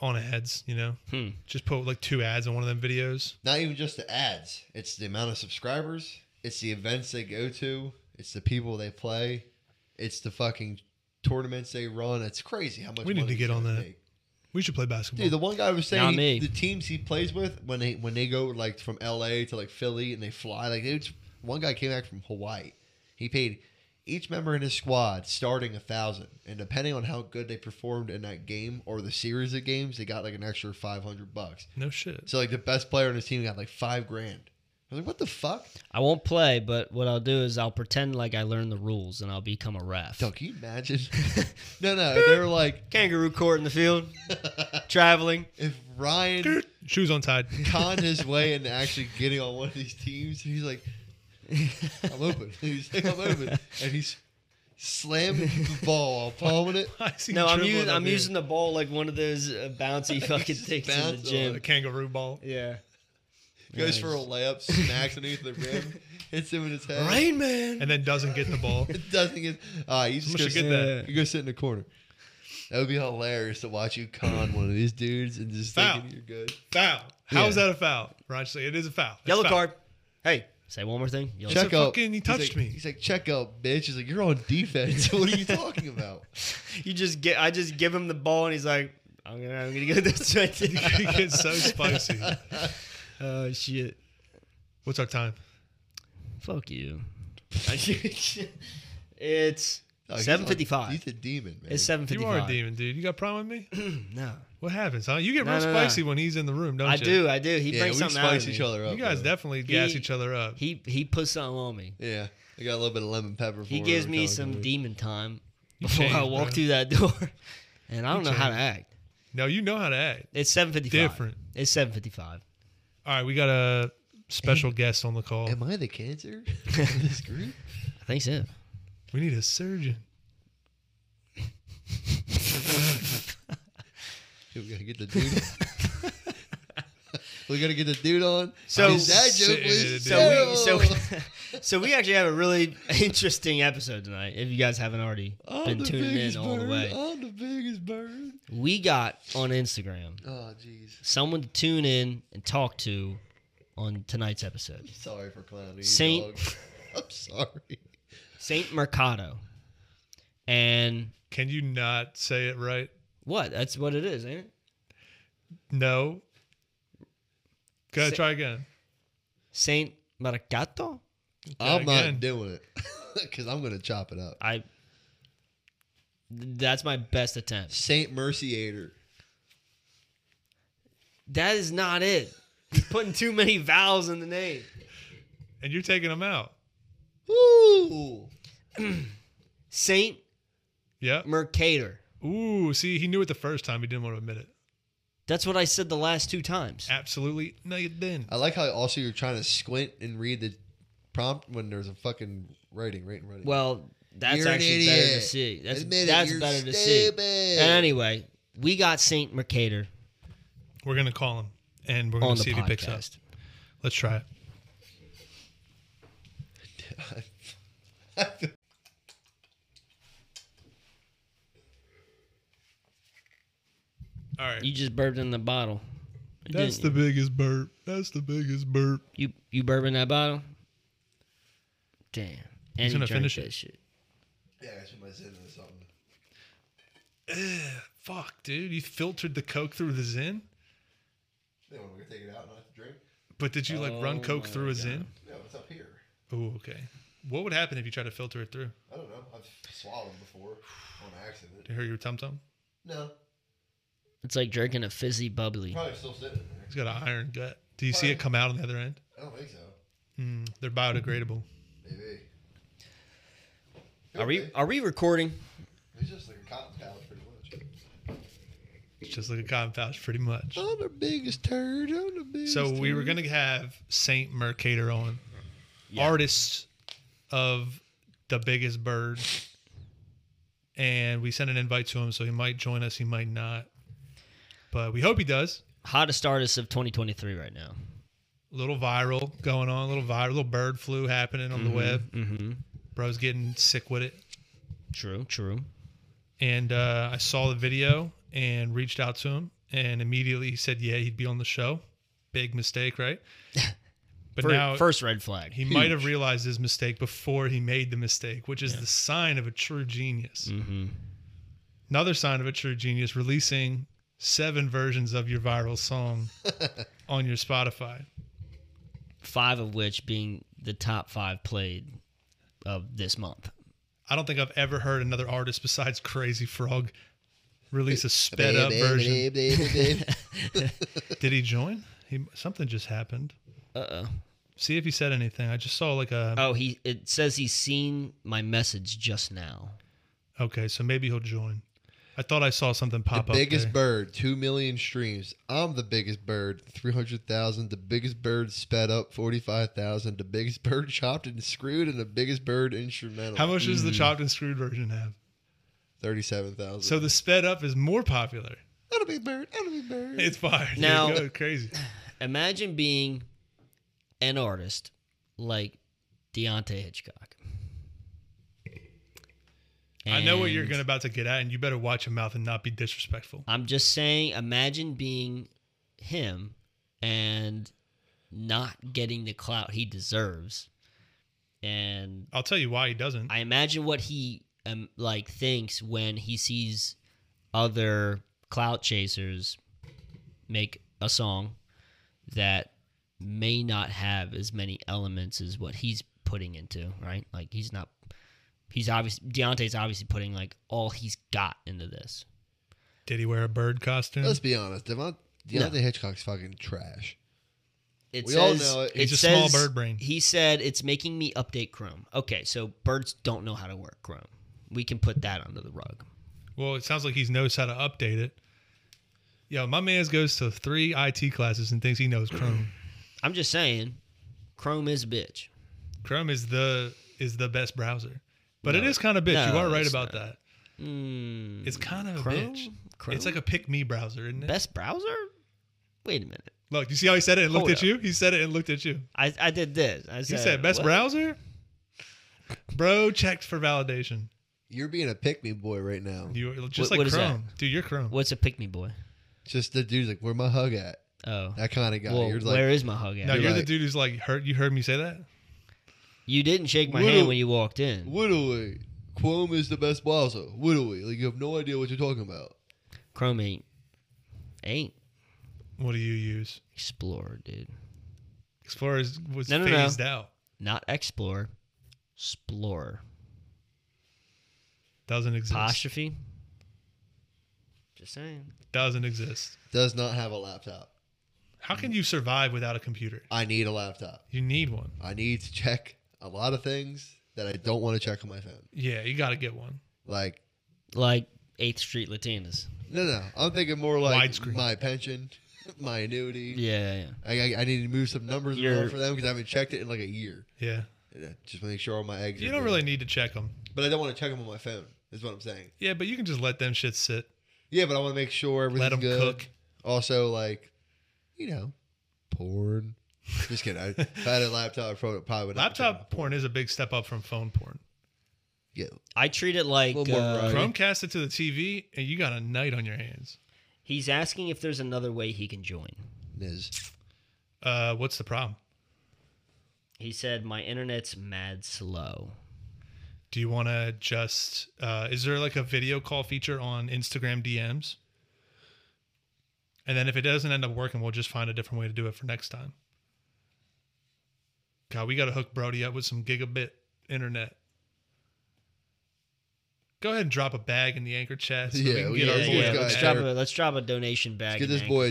On ads, you know.
Hmm.
Just put like two ads on one of them videos.
not even just the ads. It's the amount of subscribers. It's the events they go to. It's the people they play. It's the fucking tournaments they run. It's crazy how much
We need
money
to get
these
on
guys
that.
make.
We should play basketball.
Dude, the one guy was
Not
saying he-
me.
the teams he plays with when they when they go like from L.A. to like Philly and they fly like they just, one guy came back from Hawaii. He paid each member in his squad starting a thousand, and depending on how good they performed in that game or the series of games, they got like an extra five hundred bucks.
no shit.
So like the best player on his team got like five grand. I was like, what the fuck?
I won't play, but what I'll do is I'll pretend like I learned the rules and I'll become a ref.
Yo, can you imagine? no, no. They were like,
Kangaroo court in the field, traveling.
if Ryan
Shoes untied.
conned his way into actually getting on one of these teams, and he's like, I'm open. He's like, I'm open. And he's slamming the ball, palming it.
Why is he
No, I'm
dribbling
using
up
I'm
here?
using the ball like one of those uh, bouncy fucking
Just
things in
bounce oh,
the
on
gym.
a Uh, kangaroo ball.
Yeah.
Goes for a layup, smacks underneath the rim, hits him in his head.
Rain Man.
And then doesn't get the ball.
It doesn't get. Uh, you just
Someone
go
should
sit,
get that.
you go sit in the corner. That would be hilarious to watch you con one of these dudes and just
Foul.
thinking you're good.
Foul. How is
Yeah.
that a foul? Ryan should say it is a foul. It's
Yellow
foul.
card. Hey, say one more thing. Yellow
check
said,
up.
"Fucking, he
He's
touched me."
like- He's like, check up, bitch. He's like, you're on defense. what are you talking about?
You just get I just give him the ball and he's like, I'm gonna I'm gonna go this way.
he gets so spicy.
Oh shit.
What's our time?
Fuck you. it's
Oh, he's
seven fifty
on-
five.
He's a demon, man.
It's seven fifty
You are a
five.
demon, dude. You got a problem with me?
No.
What happens, huh? You get
No,
real
no, no.
spicy when he's in the room, don't
I
you?
do, I do. He
yeah, we
brings something out
spice
of
each
me.
other up.
You guys
bro.
definitely gas
He-
each other up.
He he puts something on me.
Yeah, I got a little bit of lemon pepper.
He
for
gives
it
me
every time
some
we-
demon time
You
before I
changed,
walk
bro.
through that door, and I don't know how to
changed.
act.
No, you know how to act.
It's seven fifty five.
Different.
It's seven fifty five.
All right, we got a special guest on the call.
Am I the cancer? in this group?
I think so.
We need a surgeon.
Dude, we gotta get the dude. we gotta get the dude on.
So-
His dad joke
Sitting in the
was
dude.
So
terrible.
we, so, we- so we actually have a really interesting episode tonight. If you guys haven't already
I'm
been
Oh, the
tuning in
biggest
all the
bird.
way,
I'm Oh, the biggest bird.
we got on Instagram
Oh, jeez.
someone to tune in and talk to on tonight's episode.
Sorry for clowning. you,
Saint-
dog. I'm sorry.
Saint Mercado, and
Can you not say it right?
what? That's what it is, ain't it?
No. Go
Sa-
try again.
Saint Mercato.
I'm
again.
not doing it because I'm gonna chop it up.
I. That's my best attempt.
Saint Merciator.
That is not it. He's putting too many vowels in the name.
And you're taking them out.
Woo!
Saint
Yep.
Mercator.
Ooh, see, he knew it the first time. He didn't want to admit it.
That's what I said the last two times.
Absolutely. No, you didn't.
I like how also you're trying to squint and read the prompt when there's a fucking writing right in front of you.
Well, that's
You're an
actually better to
idiot.
see. That's
Admit it,
that's
you're
better to
stupid.
see. Anyway, we got Saint Mercator
We're gonna call him and we're gonna
on the
see if he picks up.
podcast.
Let's try it. All right.
You just burped in the bottle.
That's
didn't
the biggest burp. That's the biggest burp.
You you, you burped in that bottle. Damn. And he
gonna
drank
finish
that
it.
shit.
yeah, I should have said it or something.
Fuck, dude. You filtered the Coke through the Zen?
Then when we take it out and I have to drink.
But did you like run Coke through
Oh
a Zen?
No, it's up here.
Oh, okay. What would happen if you tried to filter it through?
I don't know. I've swallowed before on accident.
Did you hear your tum tum?
No,
It's like drinking a fizzy bubbly.
probably still sitting in there.
He's got
Mm-hmm.
an iron gut. Do you see it come out on the other end?
I don't think so.
Mm, they're biodegradable.
Maybe.
Are we
Okay.
are we recording?
It's just like a cotton palate, pretty much.
It's just like a cotton pouch, pretty much.
I'm the biggest turd. I'm the biggest.
So we were gonna have Saint Mercator on, artists of the biggest bird, and we sent an invite to him, so he might join us, he might not, but we hope he does.
Hottest artist of 2023 right now.
little viral going on, little viral, little bird flu happening on the web.
Mm-hmm.
Bro's getting sick with it,
True. True.
and uh, I saw the video and reached out to him, and immediately he said, "Yeah, he'd be on the show." Big mistake, right? But
Fir-
now
first red flag.
He might have realized his mistake before he made the mistake, which is the sign of a true genius.
Mhm.
Another sign of a true genius releasing seven versions of your viral song on your Spotify.
five of which being the top five played of this month.
I don't think I've ever heard another artist besides Crazy Frog release a sped up version. Did he join? He, something just happened.
Uh oh.
See if he said anything. I just saw like a.
Oh, he it says he's seen my message just now. Oh.
Okay, so maybe he'll join. I thought I saw something pop up.
biggest
there.
bird, two million streams. I'm the biggest bird, three hundred thousand. The biggest bird sped up, forty-five thousand. The biggest bird chopped and screwed, and the biggest bird instrumental,
How much
Mm.
does the chopped and screwed version have?
thirty-seven thousand.
So the sped up is more popular.
I'm a big bird. I'm a big bird.
It's fire. dude.
Now-
Go crazy.
Imagine being an artist like Deontay Hitchcock.
I know what you're
And
going about to get at, and you better watch your mouth and not be disrespectful.
I'm just saying, imagine being him and not getting the clout he deserves. And
I'll tell you why he doesn't.
I imagine what he um, like thinks when he sees other clout chasers make a song that may not have as many elements as what he's putting into, right? Like he's not he's obviously Deontay's obviously putting like all he's got into this.
Did he wear a bird costume?
Let's be honest. Devon, Deontay Hitchcock's fucking trash.
It
We all
says,
know it.
it
He's a
says-
small bird brain.
He said it's making me update Chrome. Okay, so birds don't know how to work Chrome. We can put that under the rug.
Well, it sounds like he knows how to update it. Yo, my man goes to three IT classes and thinks he knows Chrome.
I'm just saying, Chrome is a bitch.
Chrome is the is the best browser, but it
No.
is kind of bitch. you
No,
are right
it's
about
not.
that. It's kind of a
Hmm. Chrome?
bitch.
Chrome?
It's like a pick me browser, isn't it?
Best browser? Wait a minute.
Look, you see how he said it and looked
Hold
at
up.
you? He said it and looked at you.
I, I did this. I
He
said,
said best
what?
browser. Bro checked for validation.
You're being a pick me boy right now.
You
What-
just like
what is that?
Chrome, dude. You're Chrome.
What's a pick me boy?
Just the dude's like, where my hug at?
Oh.
That kind of guy.
Well,
You're like,
where is my hug at?
now you're, the
right.
dude who's like heard. You heard me say that.
you didn't shake my
What
hand
a-
when you walked in.
Woodley. Quorum is the best browser. Woodley. Like you have no idea what you're talking about.
Chrome ain't. Ain't.
What do you use?
Explorer, dude.
Explorers was
No, no, no.
phased out.
Not Explorer. Explorer.
Doesn't exist.
Apostrophe. Just saying.
Doesn't exist.
Does not have a laptop.
How can you survive without a computer?
I need a laptop.
You need one.
I need to check a lot of things that I don't want to check on my phone.
Yeah, you got to get one.
Like
Like Eighth Street Latinas.
No, no. I'm thinking more like
Widescreen.
my pension, my annuity.
Yeah, yeah.
I, I, I need to move some numbers
Your-
around for them because I haven't checked it in like a year.
Yeah.
Yeah, Just make sure all my eggs.
You
are
don't
good.
really need to check them.
but I don't want to check them on my phone. Is what I'm saying.
Yeah, but you can just let them shit sit.
Yeah, but I want to make sure everything's
Let them
good.
cook.
Also, like, you know, porn. Just kidding. I, if I had a laptop, I probably, probably would not be
Laptop porn is a big step up from phone porn.
checking my-
I treat it like
Little more
uh,
variety.
Chromecast it to the TV, and you got a night on your hands.
he's asking if there's another way he can join.
Yeah, Niz.
Uh, what's the problem?
He said, "My internet's mad slow."
Do you want to just? Uh, is there like a video call feature on Instagram DMs? And then if it doesn't end up working, we'll just find a different way to do it for next time. God, we got to hook Brody up with some gigabit internet. Go ahead and drop a bag in the anchor chat so we
Yeah,
can
we-
get
Yeah,
our
boys
yeah.
boy.
got
Let's
it.
drop a let's drop a donation bag.
Get
in
this
there.
boy a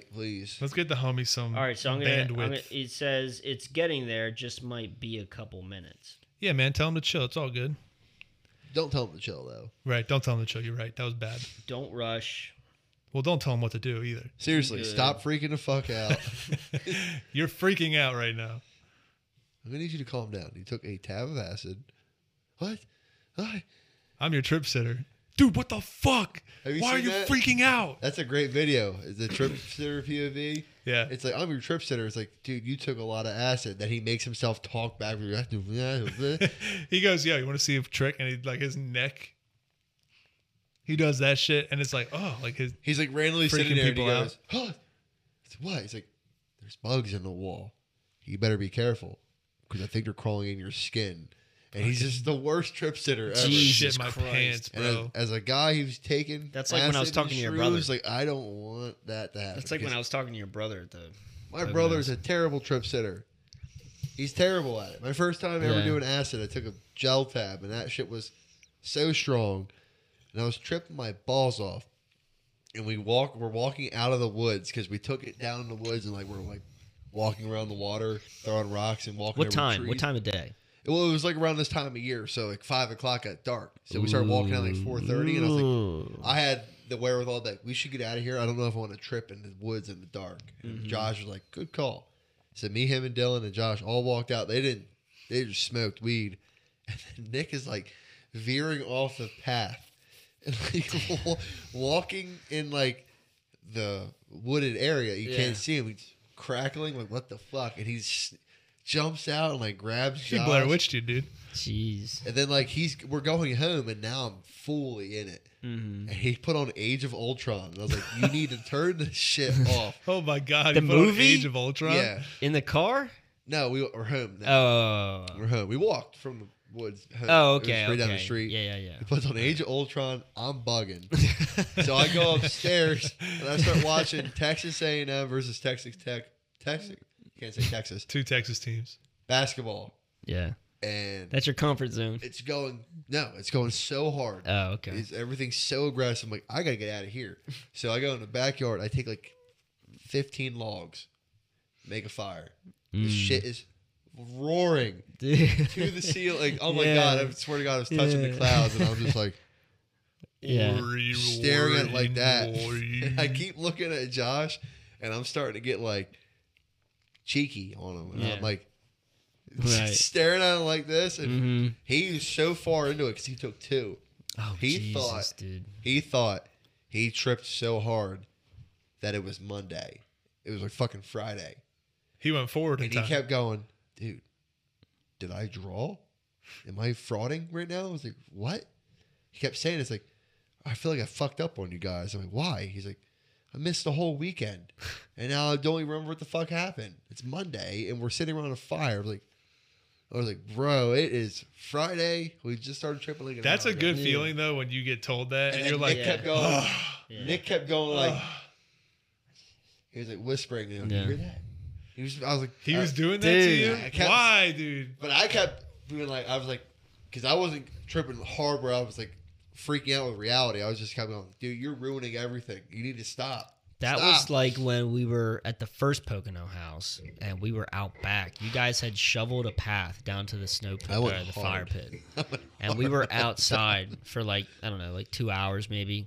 terabyte, please.
Let's get the homie some.
All right, so I'm gonna, I'm
bandwidth.
gonna. It says it's getting there. Just might be a couple minutes.
yeah, man, tell him to chill. It's all good.
Don't tell him to chill though.
Right? Don't tell him to chill. You're right. That was bad.
Don't rush.
Well, don't tell him what to do either.
Seriously,
Good.
stop freaking the fuck out.
You're freaking out right now.
I'm gonna need you to calm down. You took a tab of acid. What? Why?
I'm your trip sitter. Dude, what the fuck?
Have you
Why are
seen
you
that?
freaking out?
That's a great video. Is the trip sitter POV?
Yeah.
It's like I'm your trip sitter. It's like, dude, you took a lot of acid. That he makes himself talk back.
he goes, Yo, you want to see a trick? And he like his neck. He does that shit. And it's like, oh, like his
He's like randomly
Freaking
sitting there.
people
and he goes, huh? It's what? He's like, there's bugs in the wall. You better be careful because I think they're crawling in your skin. And he's just the worst trip sitter ever.
Jeez. Jesus
shit my
Christ.
pants,
And as,
bro.
as a guy who's taken
That's like when I was
acid and
talking to your
shrooms,
brother.
Like I don't want that to happen.
That's like when I
because
was talking to your brother at the.
my brother's a terrible trip sitter. He's terrible at it. My first time ever
Yeah.
doing acid, I took a gel tab, and that shit was so strong, and I was tripping my balls off. And we walk, we're walking out of the woods because we took it down in the woods, and like we're like walking around the water, throwing rocks, and walking.
What
over
time?
Trees.
What time of day?
Well, it was like around this time of year, so like five o'clock got dark. So we started walking out like four thirty, and I was like, I had the wherewithal that we should get out of here. I don't know if I want to trip in the woods in the dark. And Josh was like, "Good call." So me, him, and Dylan and Josh all walked out. They didn't. They just smoked weed. And then Nick is like veering off the path and like wa- walking in like the wooded area. You
Yeah.
can't see him. He's crackling like what the fuck, and he's. Jumps out and like grabs
She
Josh.
Blair Witched you, dude.
Jeez.
And then like he's we're going home, and now I'm fully in it. And he put on Age of Ultron, and I was like, "You need to turn this shit off."
Oh my god.
The
you put on
movie?
Age of Ultron?
yeah,
In the car?
no, we we're home. Now.
Oh.
We're home. We walked from the woods. Home.
Oh,
It was
okay.
right down the
okay.
street.
Yeah, yeah,
He puts on Age of Ultron. I'm bugging, so I go upstairs and I start watching Texas A&M versus Texas Tech. Texas can't say Texas
Two Texas teams.
basketball,
yeah. Yeah.
and
That's your comfort zone.
it's going no, it's going so hard.
Oh, okay.
It's, everything's so aggressive. I'm like, I gotta get out of here. So I go in the backyard. I take like 15 logs, make a fire. The
Mm.
shit is roaring to the ceiling. Oh my
Yeah.
god! I swear to God, I was touching
Yeah.
the clouds, and I'm just like
Yeah.
staring at it like that.
Warrior.
And I keep looking at Josh, and I'm starting to get like cheeky on him. And
Yeah.
I'm like
Right.
staring at him like this, and
hmm
he was so far into it because he took two.
Oh,
He
Jesus,
thought-
dude.
He thought he tripped so hard that it was Monday. It was like fucking Friday.
He went forward in
And he
time.
kept going, dude, did I draw? Am I frauding right now? I was like, what? He kept saying, it's like, I feel like I fucked up on you guys. I'm like, why? He's like, I missed the whole weekend. And now I don't even remember what the fuck happened. It's Monday and we're sitting around a fire. I was like, I was like, bro, it is Friday. We just started tripping. Like an
That's
hour
a
ago."
good
Yeah.
feeling though when you get told that and,
And
you're
then
like,
Nick kept going. Nick kept going like he was like whispering. You, know,
Yeah.
you hear that? He was. I was like
He
I-
was doing that
Dude.
to
I
you?
kept-
Why, dude?
but I kept being like, I was like, because I wasn't tripping hard where I was like freaking out with reality. I was just kind of going, dude, you're ruining everything. You need to stop.
That
Stop.
was like when we were at the first Pocono house and we were out back. You guys had shoveled a path down to the snow pit
I
or
went
the fire
hard.
pit. And we were outside for like, I don't know, like two hours maybe.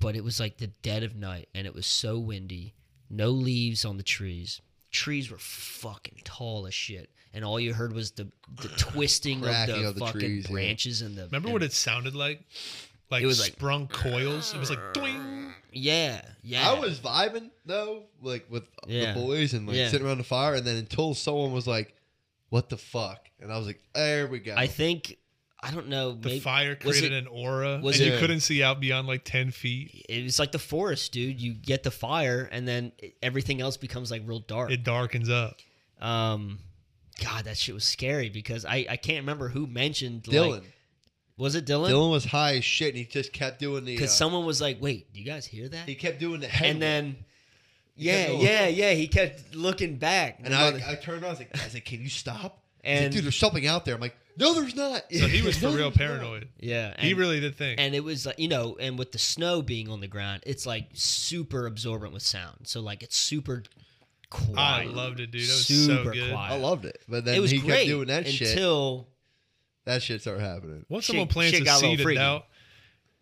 But it was like the dead of night and it was so windy. No leaves on the trees. Trees were fucking tall as shit. And all you heard was the, the twisting of
Cracking
the,
of the
fucking
trees, yeah.
branches and the.
Remember
and
what it sounded like? Like
It was like-
sprung coils. It was like doing.
Yeah, yeah.
I was vibing though, like with
Yeah.
the boys and like
Yeah.
sitting around the fire, and then until someone was like, "What the fuck?" and I was like, "There we go."
I think I don't know.
The
Maybe,
fire
was
created
it-
an aura,
was
and
it-
you couldn't see out beyond like ten feet.
it was like the forest, dude. You get the fire, and then everything else becomes like real dark.
It darkens up.
um, God, that shit was scary because I I can't remember who mentioned
Dylan,
Like, was it Dylan?
Dylan was high as shit, and he just kept doing the. Uh,
Because someone was like, "Wait, do you guys hear that?"
he kept doing the head,
And then, yeah,
kept going.
yeah, yeah. He kept looking back,
and I, I turned on. I was like, I was like, "Can you stop?" And
And-
dude, there's something out there. I'm like, "No, there's not."
So he was for
No,
real
there's not."
paranoid.
yeah,
he
and-
really did think.
and it was like you know and with the snow being on the ground it's like super absorbent with sound so like it's super
I
quiet
loved it, dude. That was
super
so good.
quiet
I loved it, but then
it was
he
great
kept doing that shit.
until
That shit started happening.
Once
Shit-
someone plants
shit
a
got a little
seed and
freaky.
out,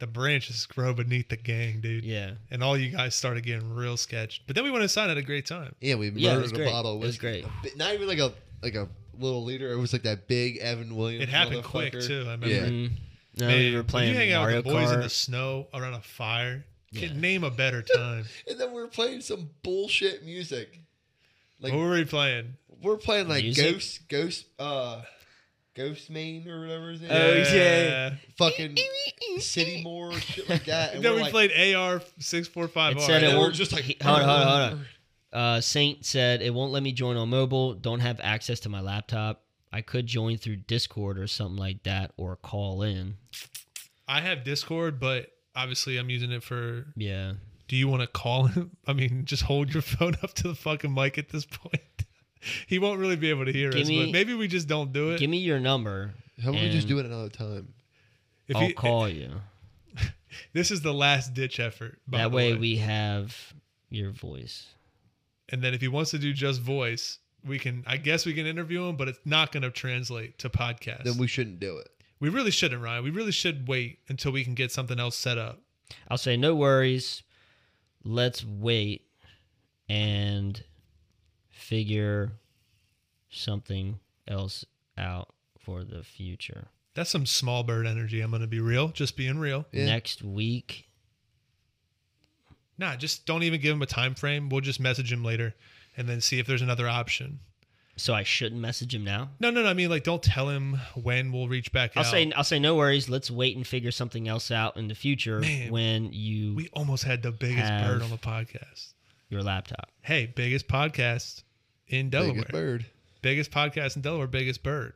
the branches grow beneath the gang, dude.
yeah
And all you guys started getting real sketched. But then we went inside and had a great time.
Yeah, we murdered
Yeah, it was
a
great.
bottle.
It
Of
was
whiskey.
great.
A bi- Not even like a like a little liter. It was like that big Evan Williams.
It happened quick,
motherfucker.
too, I remember.
Yeah.
Mm. no
Man,
we were
when
playing
you hang out
Mario
with the boys in the
Kart
snow around a fire.
Yeah.
Can name a better time.
And then we were playing some bullshit music. Like
what were we playing?
we are playing like
Music?
ghost, ghost, uh, ghost main or whatever his name.
Oh,
is.
yeah.
Fucking city more shit like that.
And
And
then
we're
we
like,
played AR six four five
It
R.
said it
and we're
won't-
just like,
he- hold on, hold on, hold on. uh, saint said it won't let me join on mobile don't have access to my laptop i could join through discord or something like that or call in
I have Discord, but obviously I'm using it for.
yeah
Do you want to call him? I mean, just hold your phone up to the fucking mic at this point. he won't really be able to hear
Give
us,
me-
but maybe we just don't do it.
give me your number
How about we just
And-
do it another time?
If eh,
i'll
he-
call you
This is the last ditch effort. By
that
the
way,
way,
we have your voice.
and then if he wants to do just voice, we can. I guess we can interview him, but it's not going to translate to podcast.
Then we shouldn't do it.
we really shouldn't, Ryan. We really should wait until we can get something else set up.
I'll say no worries. Let's wait and figure something else out for the future.
That's some small bird energy. I'm going to be real, just being real.
Yeah.
Next week,
Nah, just don't even give him a time frame. We'll just message him later, and then see if there's another option.
so I shouldn't message him now.
No, no, no. I mean, like, don't tell him when we'll reach back
I'll
out.
say I'll say no worries. Let's wait and figure something else out in the future
Man,
when you
we almost had the biggest
Have-
bird on the podcast.
your laptop.
Hey, biggest podcast in Delaware.
Biggest bird.
biggest podcast in Delaware, biggest bird.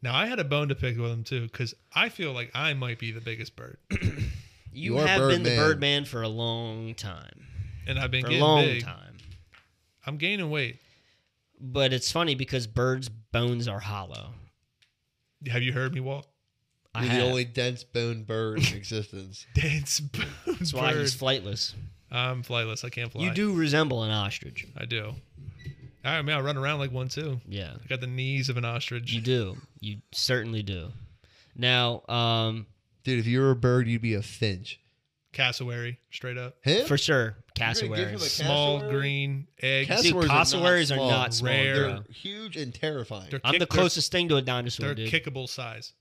Now I had a bone to pick with him too, because I feel like I might be the biggest bird,
You,
You are
have been the
Birdman.
Birdman for a long time.
and I've been
For a
getting
long
big.
time.
I'm gaining weight.
But it's funny because birds' bones are hollow.
Have you heard me walk?
I
You're
have.
the only dense bone bird in existence.
Dance bone
That's why
bird.
he's flightless.
I'm flightless. I can't fly.
You do resemble an ostrich.
I do. I mean, I run around like one too.
Yeah,
I got the knees of an ostrich.
you do. You certainly do. Now, um,
Dude, if you were a bird, you'd be a finch.
Cassowary, straight up.
Him?
for sure,
You're gonna give him
cassowaries.
a
Small
Cassowary?
green egg.
Cass-
Dude,
Cassowaries are not
cassowaries are
small.
not small.
Rare.
bro.
They're huge and terrifying.
They're
I'm the
kick-
closest thing to a dinosaur,
They're, they're
dude.
kickable size.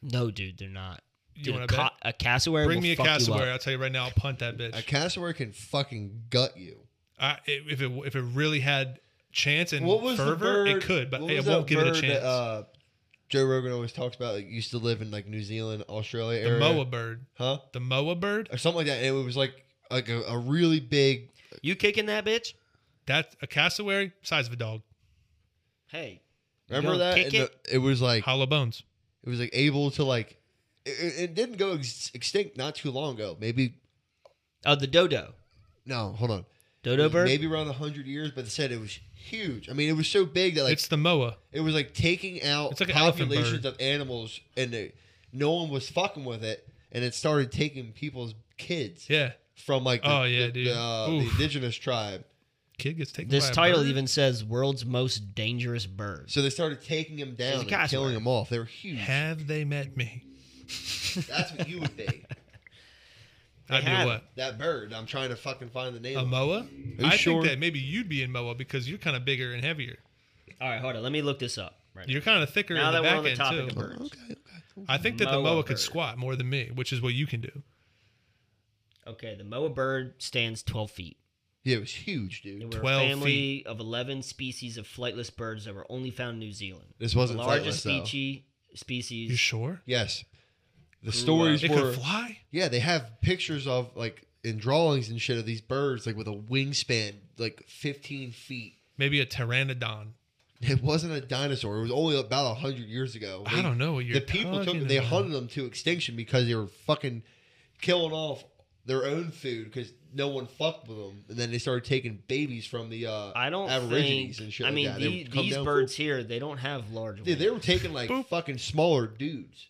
no, dude, they're not.
You
Dude, a,
want to
ca- a cassowary
Bring
will
me a
fuck
cassowary.
You up.
I'll tell you right now. I'll punt that bitch.
A cassowary can fucking gut you.
I, if it if it really had chance and
What was the
fervor,
bird,
it could, but
what
it
was
won't
that
give it a
bird that,
chance.
uh, Joe Rogan always talks about like used to live in like New Zealand, Australia
the
area,
moa bird,
huh,
the moa bird.
or something like that. And it was like like a, a really big.
You kicking that bitch?
That's a cassowary size of a dog,
Hey, you
Remember
gonna
that?
Kick
And
it?
the- it was like
hollow bones.
it was like able to like it- it, it didn't go ex- extinct not too long ago. Maybe
Oh, the dodo,
no, hold on,
dodo bird.
maybe around hundred years. But they said it was huge. I mean, it was so big that like
it's the moa.
It was like taking out
It's like an elephant
populations of animals, and they, no one was fucking with it, and it started taking people's kids.
Yeah,
from like the,
Oh, yeah,
the-
dude.
the, uh, the
Oof.
indigenous tribe.
Kid gets taken.
This
by a
title
bird?
even says "World's Most Dangerous Bird."
So they started taking them
It's a
down and
cosmic.
killing them off. They were huge.
Have they met me?
That's what you would think.
I do
have.
what?
That bird. I'm trying to fucking find the name.
A
of it.
moa?
you
I
sure?
think that maybe you'd be in moa because you're kind of bigger and heavier.
All right, hold on. Let me look this up. Right now.
You're kind of thicker
Now
in the
that we're
back
on the
end
topic
too. Oh,
of birds,
okay, okay.
I think that the
Moa
moa
bird.
could squat more than me, which is what you can do.
okay, the moa bird stands 12 feet.
Yeah, it was huge, dude.
They were a
12
family of 11 species of flightless birds that were only found in New Zealand.
This
The
wasn't
largest
flightless, though.
species.
You
Species.
sure?
Yes, the
Grew
stories
It
were.
could fly.
Yeah, they have pictures of like in drawings and shit of these birds like with a wingspan like 15 feet.
Maybe a pteranodon.
It wasn't a dinosaur. It was only about hundred years ago.
I don't know what you're
The people took
talking
they
about.
hunted them to extinction because they were fucking killing off their own food because no one fucked with them, and then they started taking babies from the uh,
I don't
aborigines
think.
and shit.
I
like
mean,
that. They
the,
would come
these
down-
birds here, they don't have large.
Dude, they
wings.
were taking like
Boop.
fucking smaller dudes.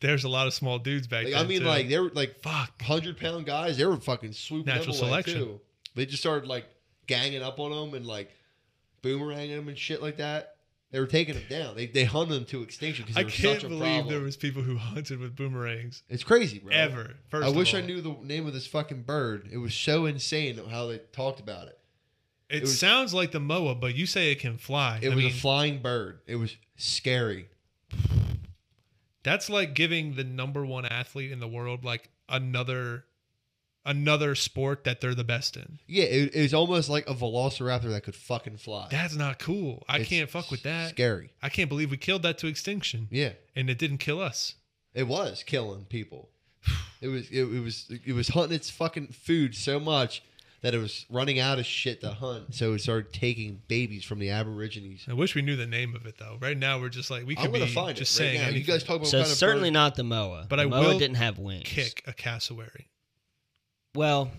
There's a lot of small dudes back
Like,
then.
I mean,
too.
like they were like
fuck.
hundred pound guys. They were fucking swooping
Natural
them away,
selection.
Too. They just started like ganging up on them and like boomeranging them and shit like that. They were taking them down. They they hunted them to extinction because
I
they were
can't
such a
believe
problem.
there was people who hunted with boomerangs
it's crazy, bro.
ever. First,
I
of
wish I
all.
knew the name of this fucking bird. It was so insane how they talked about it.
It,
It was-
sounds like the moa, but you say it can fly.
It
I
was
mean,
a flying bird. It was scary.
that's like giving the number one athlete in the world like another another sport that they're the best in.
Yeah, it, it was almost like a velociraptor that could fucking fly.
That's not cool. I
It's
can't fuck with that.
Scary.
I can't believe we killed that to extinction,
Yeah,
and it didn't kill us.
it was killing people. It was it, it was it was hunting its fucking food so much that it was running out of shit to hunt. So it started taking babies from the aborigines.
I wish we knew the name of it though. Right now, we're just like we could
I'm gonna
be
find
just
it right
saying.
now. You
anything.
guys talk about
so
what
it's
kind of
certainly
bird-
not the moa.
But
the
I
moa
will
didn't have wings.
kick a cassowary.
Well,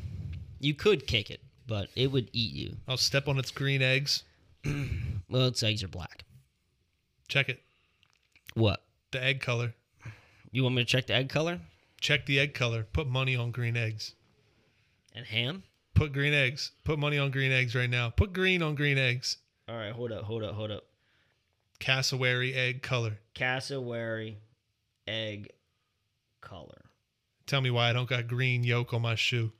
you could kick it, but it would eat you.
I'll step on its green eggs.
Well, its eggs are black.
Check it.
What?
The egg color.
You want me to check the egg color
Check the egg color. Put money on green eggs.
and ham?
Put green eggs. Put money on green eggs right now. Put green on green eggs.
All right, hold up, hold up, hold up.
Cassowary egg color.
Cassowary egg color.
Tell me why I don't got green yolk on my shoe.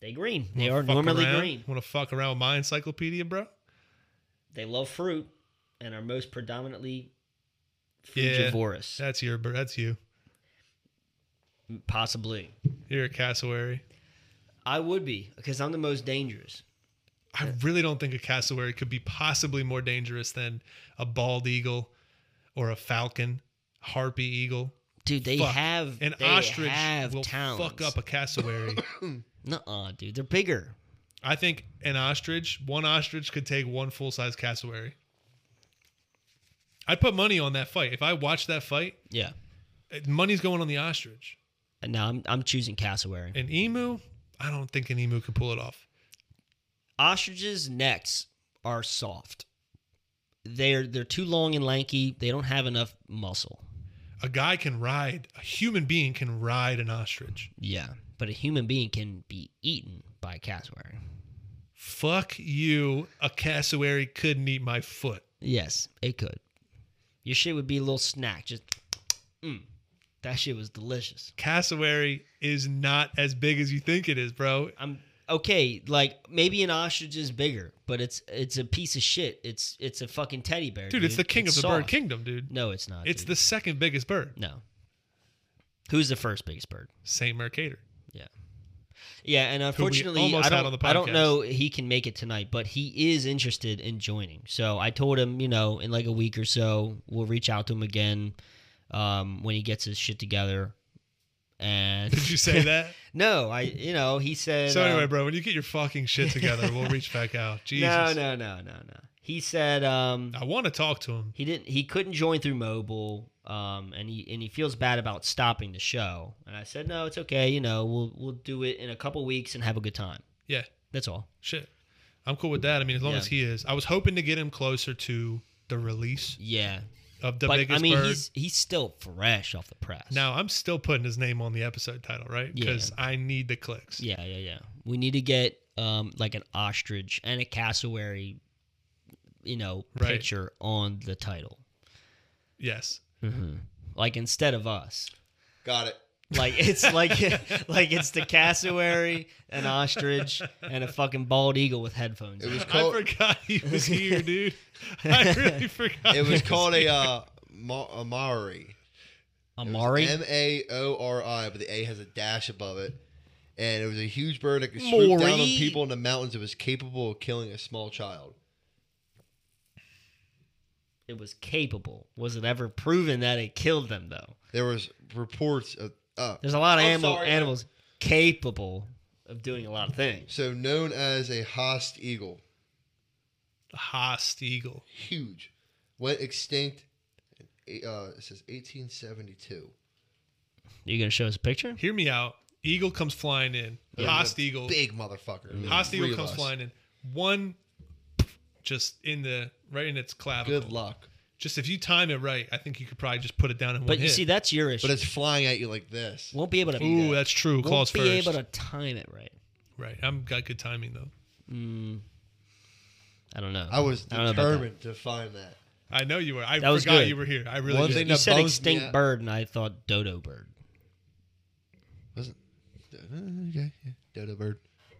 They green. They are normally green.
Want to fuck around with my encyclopedia, bro?
They love fruit and are most predominantly
Yeah.
frugivorous.
That's your. bro. That's you.
Possibly.
You're a cassowary.
I would be because I'm the most dangerous.
I really don't think a cassowary could be possibly more dangerous than a bald eagle or a falcon, harpy eagle.
Dude, they
Fuck.
have
An
they
ostrich
have
will
talons.
fuck up a cassowary.
Nuh-uh, dude. They're bigger.
I think an ostrich, one ostrich could take one full size cassowary. I'd put money on that fight. If I watched that fight,
Yeah.
eh, money's going on the ostrich.
And now I'm I'm choosing cassowary.
An emu, I don't think an emu could pull it off.
Ostriches' necks are soft. They're they're too long and lanky. They don't have enough muscle.
A guy can ride, a human being can ride an ostrich.
Yeah, but a human being can be eaten by a cassowary.
Fuck you, a cassowary couldn't eat my foot.
Yes, it could. Your shit would be a little snack. Just, mm, that shit was delicious.
Cassowary is not as big as you think it is, bro.
I'm okay. Like maybe an ostrich is bigger, but it's it's a piece of shit. It's it's a fucking teddy bear,
Dude, it's the king of the bird
soft.
kingdom, dude.
No, it's not.
It's
dude.
the second biggest bird,
no. Who's the first biggest bird?
St. Mercator.
Yeah, and unfortunately,
almost
I
had
don't,
on the
I don't
podcast.
know he can make it tonight, but he is interested in joining. So I told him, you know, in like a week or so, we'll reach out to him again um, when he gets his shit together. And
Did you say that?
no, I, you know, he said.
So
um,
anyway, bro, when you get your fucking shit together, we'll reach back out. Jesus.
no, no, no, no, no. He said um,
I want to talk to him.
he didn't. He couldn't join through mobile, um, and he and he feels bad about stopping the show. And I said, no, it's okay. You know, we'll we'll do it in a couple weeks and have a good time.
Yeah,
That's all.
shit. I'm cool with that. I mean, as long
Yeah.
as he is. I was hoping to get him closer to the release
Yeah,
of the
but
biggest
I mean,
bird.
he's he's still fresh off the press.
Now I'm still putting his name on the episode title, right? Because I need the clicks.
yeah, yeah, yeah. We need to get um like an ostrich and a cassowary, you know,
Right.
picture on the title.
Yes.
Like instead of us,
Got it.
like it's like like it's the cassowary, an ostrich, and a fucking bald eagle with headphones.
It
on.
was
I
called.
forgot he was here, dude. I really forgot.
it was called a uh, Ma- a Maori.
Amari.
M A O R I, but the A has a dash above it. And it was a huge bird that could swoop down on
Maury.
people in the mountains. It was capable of killing a small child.
It was capable. Was it ever proven that it killed them though?
There was reports of uh,
There's a lot of
I'm
animal,
sorry, I-
animals capable of doing a lot of things.
so known as a host eagle,
Haast Eagle.
huge, went extinct. Uh, it says 1872.
You gonna show us a picture?
Hear me out. Eagle comes flying in.
Yeah.
Haast Eagle.
Big motherfucker.
Haast Mm. Eagle
Three of
comes
us.
flying in. One just in the right in its clavicle.
Good luck.
Just if you time it right, I think you could probably just put it down in one
But you
hit.
see, that's your issue.
But it's flying at you like this.
won't be able to.
Ooh,
do that.
that's true.
Won't
Claws
be
first.
able to time it right.
Right. I'm got good timing though.
I don't know.
I was
don't know about that.
determined to find that.
I know you were. I
That was
forgot
good.
you were here. I really
One
did.
thing
You
that
said
bums
extinct
me out-
bird, and I thought dodo bird.
Wasn't uh, okay? Yeah. Dodo bird.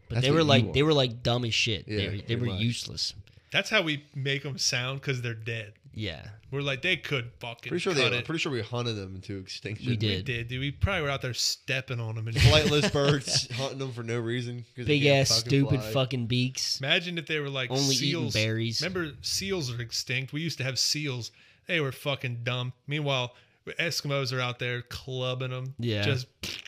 But
That's
they
what
were
you
like
are.
they were like dumb as shit.
Yeah,
they were, they
pretty
were
much.
useless.
That's how we make them sound because they're dead.
Yeah,
We're like they could fucking
Pretty sure
cut
they.
it.
Pretty sure we hunted them into extinction.
we did.
We did, dude. We probably were out there stepping on them. And
flightless birds hunting them for no reason. 'cause they
Big
can't
ass,
fucking
stupid
fly.
fucking beaks.
imagine if they were like
Only eating
seals.
berries.
Remember, seals are extinct. We used to have seals. They were fucking dumb. Meanwhile, Eskimos are out there clubbing them.
Yeah.
Just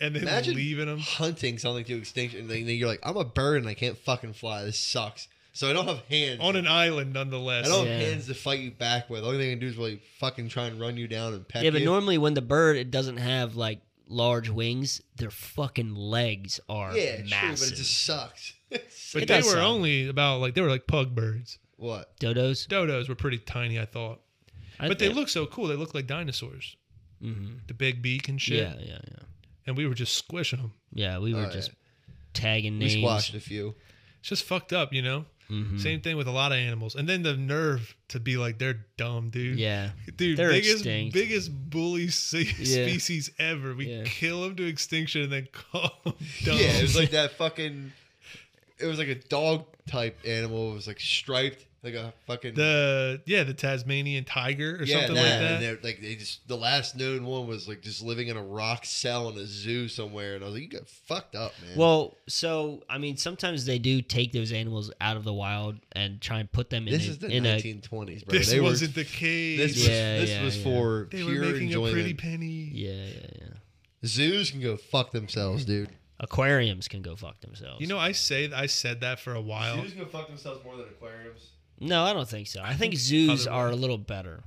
and then
Imagine
leaving them.
hunting something to extinction, and then then you're like, I'm a bird and I can't fucking fly. This sucks. So I don't have hands.
On an island,
I
nonetheless.
don't
Yeah.
have hands to fight you back with. The only thing I can do is really fucking try and run you down and peck
Yeah, but
you.
normally when the bird it doesn't have like large wings, their fucking legs are
yeah,
massive.
true, but it just sucks. It
but
it
sucks.
they were
does suck.
only about like they were like pug birds.
what?
Dodos,
Dodos were pretty tiny, I thought.
I
but they
think- mm-hmm.
look so cool. They look like dinosaurs. The big beak and shit.
Yeah, yeah, yeah.
And we were just squishing them.
Yeah, we were
yeah.
just tagging
We
names.
squashed a few.
It's just fucked up, you know?
Mm-hmm.
Same thing with a lot of animals. And then the nerve to be like, they're dumb, dude.
Yeah,
Dude,
They're
biggest
extinct.
biggest bully se-
Yeah.
species ever. We
Yeah.
kill them to extinction and then call them dumb.
Yeah, it was like that fucking. It was like a dog type animal. It was like striped, like a fucking.
the yeah, the Tasmanian tiger or something
that,
like
and
that.
they're- like they just the last known one was like just living in a rock cell in a zoo somewhere, and I was like, you got fucked up, man.
Well, so I mean, sometimes they do take those animals out of the wild and try and put them in
this
a,
is the
in a
1920s, bro.
This
they
wasn't
were,
the case.
This was,
Yeah,
this
yeah,
was
yeah.
for
they were
pure
making
enjoyment.
a pretty penny.
yeah, yeah, yeah.
Zoos can go fuck themselves, dude.
Aquariums can go fuck themselves.
You know, I say I said that for a while.
Zoos can fuck themselves more than aquariums.
no, I don't think so. I, think, zoos
other
are a little better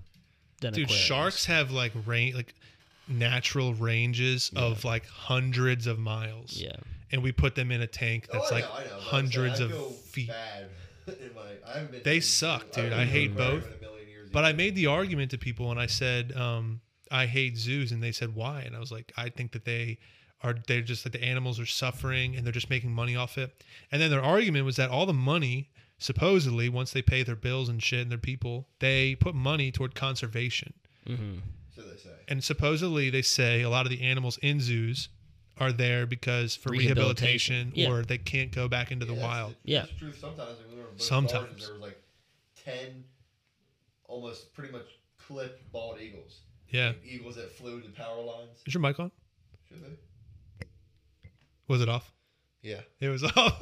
than
Dude,
aquariums.
sharks have like rain like natural ranges of like hundreds of miles.
Yeah,
And we put them in a tank that's
Oh, I
like
know, I know, but I'm saying
hundreds
I
of
feel
feet.
bad in my- I haven't been
They
to a zoo.
suck,
I
dude.
haven't
I
been to
hate
an aquarium
both.
in a million years
But I
either.
made the argument to people and I said, um, I hate zoos and they said why? And I was like, I think that they are they're just that the animals are suffering and they're just making money off it. And then their argument was that all the money supposedly once they pay their bills and shit and their people, they put money toward conservation.
so they say.
And supposedly, they say a lot of the animals in zoos are there because for
Rehabilitation.
rehabilitation,
Yeah.
or they can't go back into the
Yeah, that's
wild.
the-
Yeah.
that's the truth sometimes. Like, when we were in both
Sometimes.
gardens, there was like ten, almost pretty much clipped bald eagles.
Yeah.
Like, eagles that flew to power lines.
Is your mic on?
Should they?
Was it off?
Yeah.
It was off.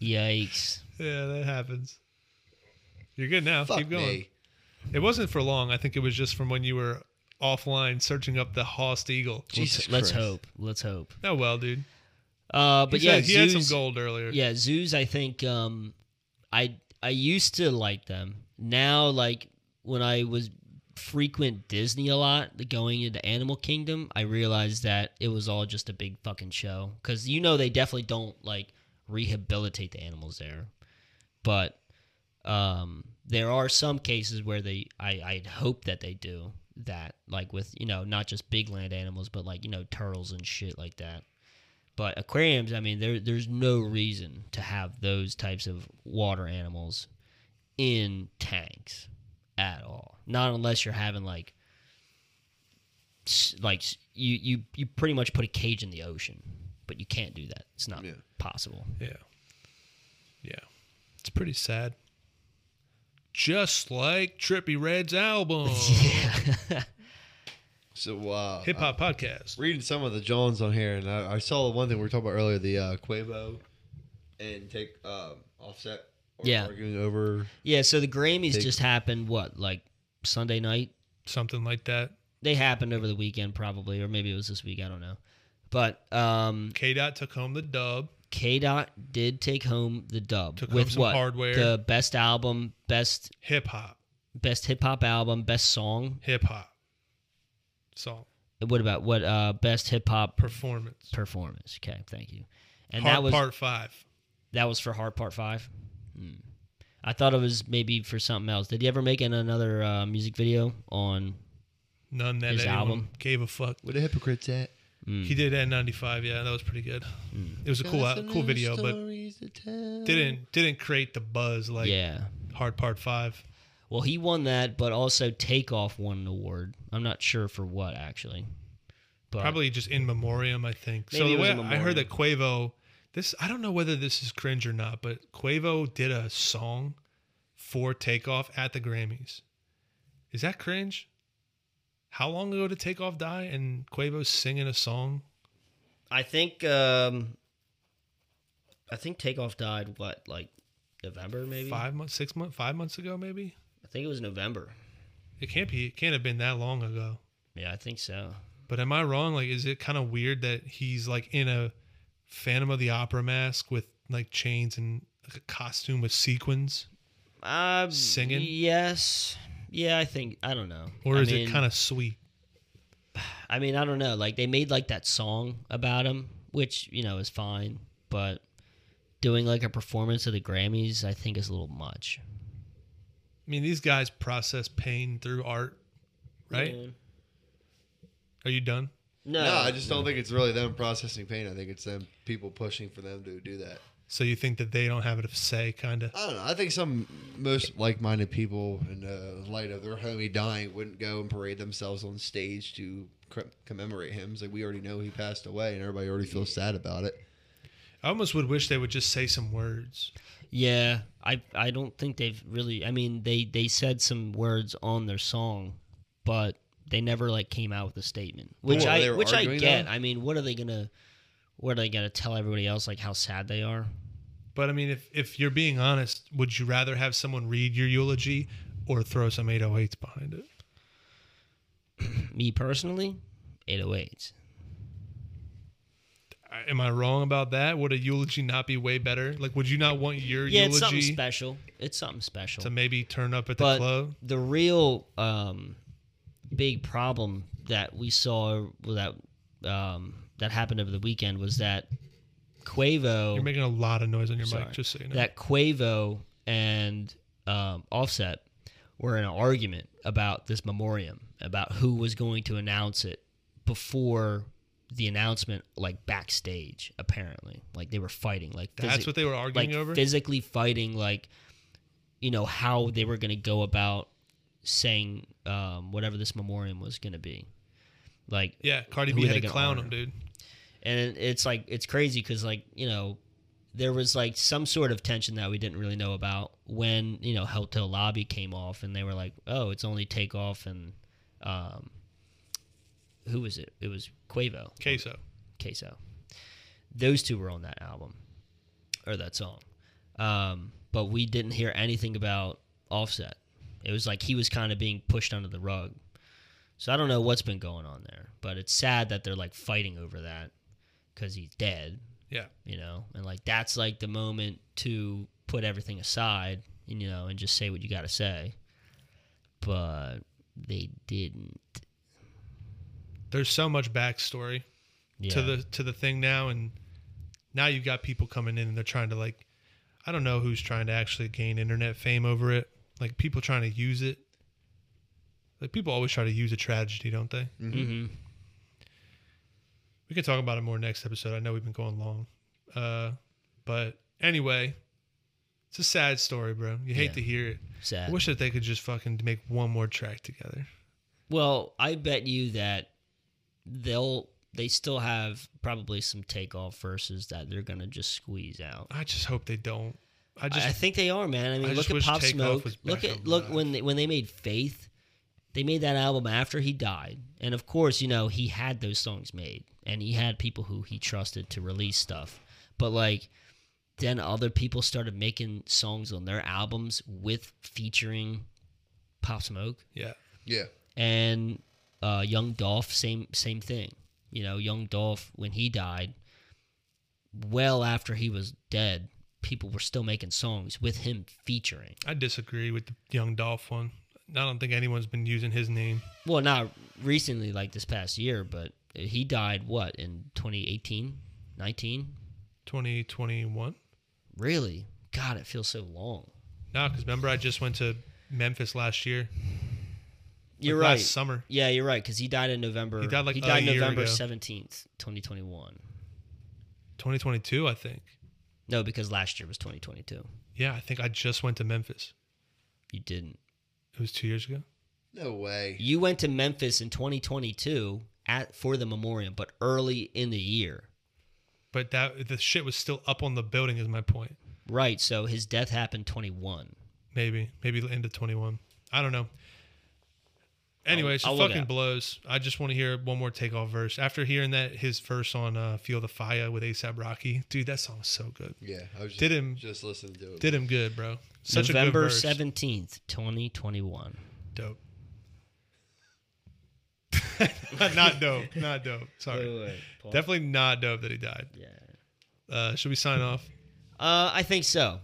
yikes!
yeah, that happens. You're good now.
Fuck
Keep going.
me.
It wasn't for long. I think it was just from when you were offline searching up the Host Eagle.
Jesus
Let's
Christ.
hope. Let's hope.
Oh well, dude.
Uh, but
he
yeah,
said he had
zoos,
some gold earlier.
Yeah, zoos. I think um, I I used to like them. Now, like when I was frequent Disney a lot, the going into Animal Kingdom, I realized that it was all just a big fucking show. Because you know they definitely don't like rehabilitate the animals there, but um, there are some cases where they I, I'd hope that they do that, like with, you know, not just big land animals, but like, you know, turtles and shit like that. But aquariums, I mean, there there's no reason to have those types of water animals in tanks at all. Not unless you're having like s- like s- you you you pretty much put a cage in the ocean, but you can't do that. It's not
Yeah.
possible.
Yeah. Yeah. It's pretty sad. Just like Trippy Red's album,
Yeah.
So uh,
Hip Hop Podcast.
reading some of the Johns on here, and I, I saw one thing we were talking about earlier, the uh, Quavo and take um, Offset. or
Yeah.
arguing over.
yeah, so the Grammys
Big-
just happened what, like Sunday night?
Something like that.
They happened over the weekend probably, or maybe it was this week, I don't know. But um
K Dot took home the dub.
K Dot did take home the dub.
Took
with
home some
what?
hardware.
The best album, best
Hip hop.
best hip hop album, best song.
Hip hop. Song.
What about what uh best hip hop
Performance.
performance? Okay, thank you. And
Heart
that was
part five.
that was for Hard Part Five. Hmm. I thought it was maybe for something else. Did he ever make an, another uh, music video on?
None that
His
anyone
album.
gave a fuck.
Where the hypocrites at?
He did N95. Yeah, that was pretty good.
Mm.
It was a cool,
Got
out,
some
cool
new
video, but
stories to tell.
didn't didn't create the buzz like
yeah.
Hard Part Five.
Well, he won that, but also Takeoff won an award. I'm not sure for what actually. But
Probably just in memoriam, I think.
Maybe
so
it
the
was
way
in
I
memoriam.
heard that Quavo, this I don't know whether this is cringe or not, but Quavo did a song for Takeoff at the Grammys. Is that cringe? How long ago did Takeoff die and Quavo's singing a song?
I think um I think Takeoff died what like November maybe.
Five months, six months, five months ago maybe.
I think it was November.
It can't be. It can't have been that long ago.
Yeah, I think so.
But am I wrong? Like, is it kind of weird that he's like in a Phantom of the Opera mask with like chains and like a costume with sequins?
Um,
Singing?
Yes. Yeah, I think I don't know.
Or
I
is
mean-
it kind of sweet?
I mean, I don't know. Like they made like that song about him, which you know is fine, but doing like a performance of the Grammys, I think is a little much.
I mean, these guys process pain through art, right?
Yeah.
Are you done?
No,
No, I just don't think it's really them processing pain. I think it's them people pushing for them to do that.
So you think that they don't have it to say, kind of?
I don't know. I think some most like-minded people, in the light of their homie dying, wouldn't go and parade themselves on stage to cr- commemorate him. It's like we already know he passed away, and everybody already feels sad about it.
I almost would wish they would just say some words.
Yeah, I I don't think they've really. I mean, they they said some words on their song, but they never like came out with a statement, which
what,
I
they were
which I
arguing,
get.
though?
I mean, what are they gonna? What are they gonna tell everybody else? Like how sad they are.
But I mean, if, if you're being honest, would you rather have someone read your eulogy or throw some 808s behind it?
Me personally, 808s.
I- Am I wrong about that? Would a eulogy not be way better? Like, would you not want your
Yeah, it's something
eulogy
special. It's something special.
to maybe turn up at the
but
club?
the real um, big problem that we saw that um, that happened over the weekend was that Quavo
You're making a lot of noise on your mic,
Sorry.
just so you know.
that Quavo and um, Offset were in an argument about this memoriam, about who was going to announce it before the announcement, like backstage. Apparently, like they were fighting, like
That's
physi-
what they were arguing
like
over?
physically fighting, like you know how they were going to go about saying um, whatever this memoriam was going to be, like
yeah, Cardi
who
B
are
had
they
to
gonna
clown
honor?
him, dude.
and it's like it's crazy because like you know there was like some sort of tension that we didn't really know about when you know hotel lobby came off and they were like oh it's only takeoff and um who was it it was quavo
Queso.
queso those two were on that album or that song um but we didn't hear anything about offset it was like he was kind of being pushed under the rug so i don't know what's been going on there but it's sad that they're like fighting over that because he's dead
Yeah.
you know and like that's like the moment to put everything aside you know and just say what you got to say but they didn't
There's so much backstory
yeah.
to the to the thing now, and now you've got people coming in and they're trying to like, I don't know who's trying to actually gain internet fame over it. like people trying to use it. Like people always try to use a tragedy, don't they?
hmm
We could talk about it more next episode. I know we've been going long. Uh, but anyway, it's a sad story, bro. You hate
Yeah.
to hear it. I
Sad.
wish that they could just fucking make one more track together.
Well, I bet you that they'll they still have probably some takeoff verses that they're gonna just squeeze out.
I just hope they don't. I
I,
just
I think they are, man. I mean,
I
look
just
at
wish
Pop
Takeoff
Smoke.
was
Look
back
at
up
look
live.
when they, when they made Faith, they made that album after he died, and of course, you know, he had those songs made, and he had people who he trusted to release stuff. But like, then other people started making songs on their albums with featuring Pop Smoke
yeah.
Yeah.
and uh, Young Dolph, same same thing. You know, Young Dolph when he died, well after he was dead, people were still making songs with him featuring.
I disagree with the Young Dolph one. I don't think anyone's been using his name.
Well, not recently, like this past year, but he died what in 2018, 19?
2021.
Really? God, it feels so long.
Nah, because remember I just went to Memphis last year.
You're
like,
right.
Last summer.
Yeah, you're right because he died in November.
He died, like, a year
November
ago.
seventeenth, twenty twenty one.
2022, I think.
No, because last year was twenty twenty two.
Yeah, I think I just went to Memphis.
You didn't.
It was two years ago.
No way.
You went to Memphis in 2022 at for the memoriam, but early in the year,
But that the shit was still up on the building is my point.
right? So his death happened 21.
Maybe. Maybe the end of 21. I don't know. Anyways,
I'll
it
look
fucking
out.
blows. I just want to hear one more takeoff verse. After hearing that, his verse on uh, Feel the Fire with ASAP Rocky. Dude, that song is so good.
Yeah. I was just,
Did him-
just listening to it.
Did him good, bro. Such a
November
good verse.
17th, 2021.
Dope. not dope. Not dope. Sorry. Definitely not dope that he died.
Yeah.
Uh, should we sign off?
Uh, I think so.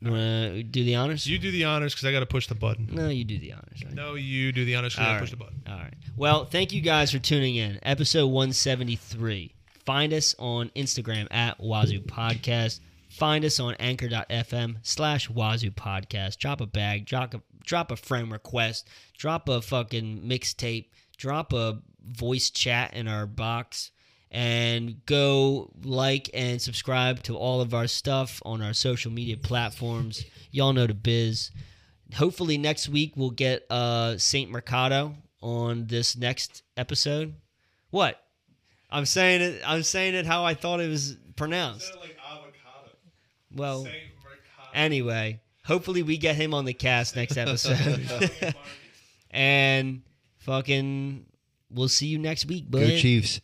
You wanna do the honors?
You do the honors because I got to push the button.
no, you do the honors. Right?
No, you do the honors because I
All
gotta
right.
push the button.
All right. Well, thank you guys for tuning in. Episode 173. Find us on Instagram at Wazoo Podcast. Find us on anchor.fm slash Wazoo Podcast. Drop a bag, drop a, drop a friend request, drop a fucking mixtape, drop a voice chat in our box, and go like and subscribe to all of our stuff on our social media platforms. Y'all know the biz hopefully next week we'll get uh Saint Mercado on this next episode. What? I'm saying it I'm saying it how I thought it was pronounced.
like avocado.
Well, anyway, hopefully we get him on the cast next episode. and fucking we'll see you next week, bud.
Chiefs.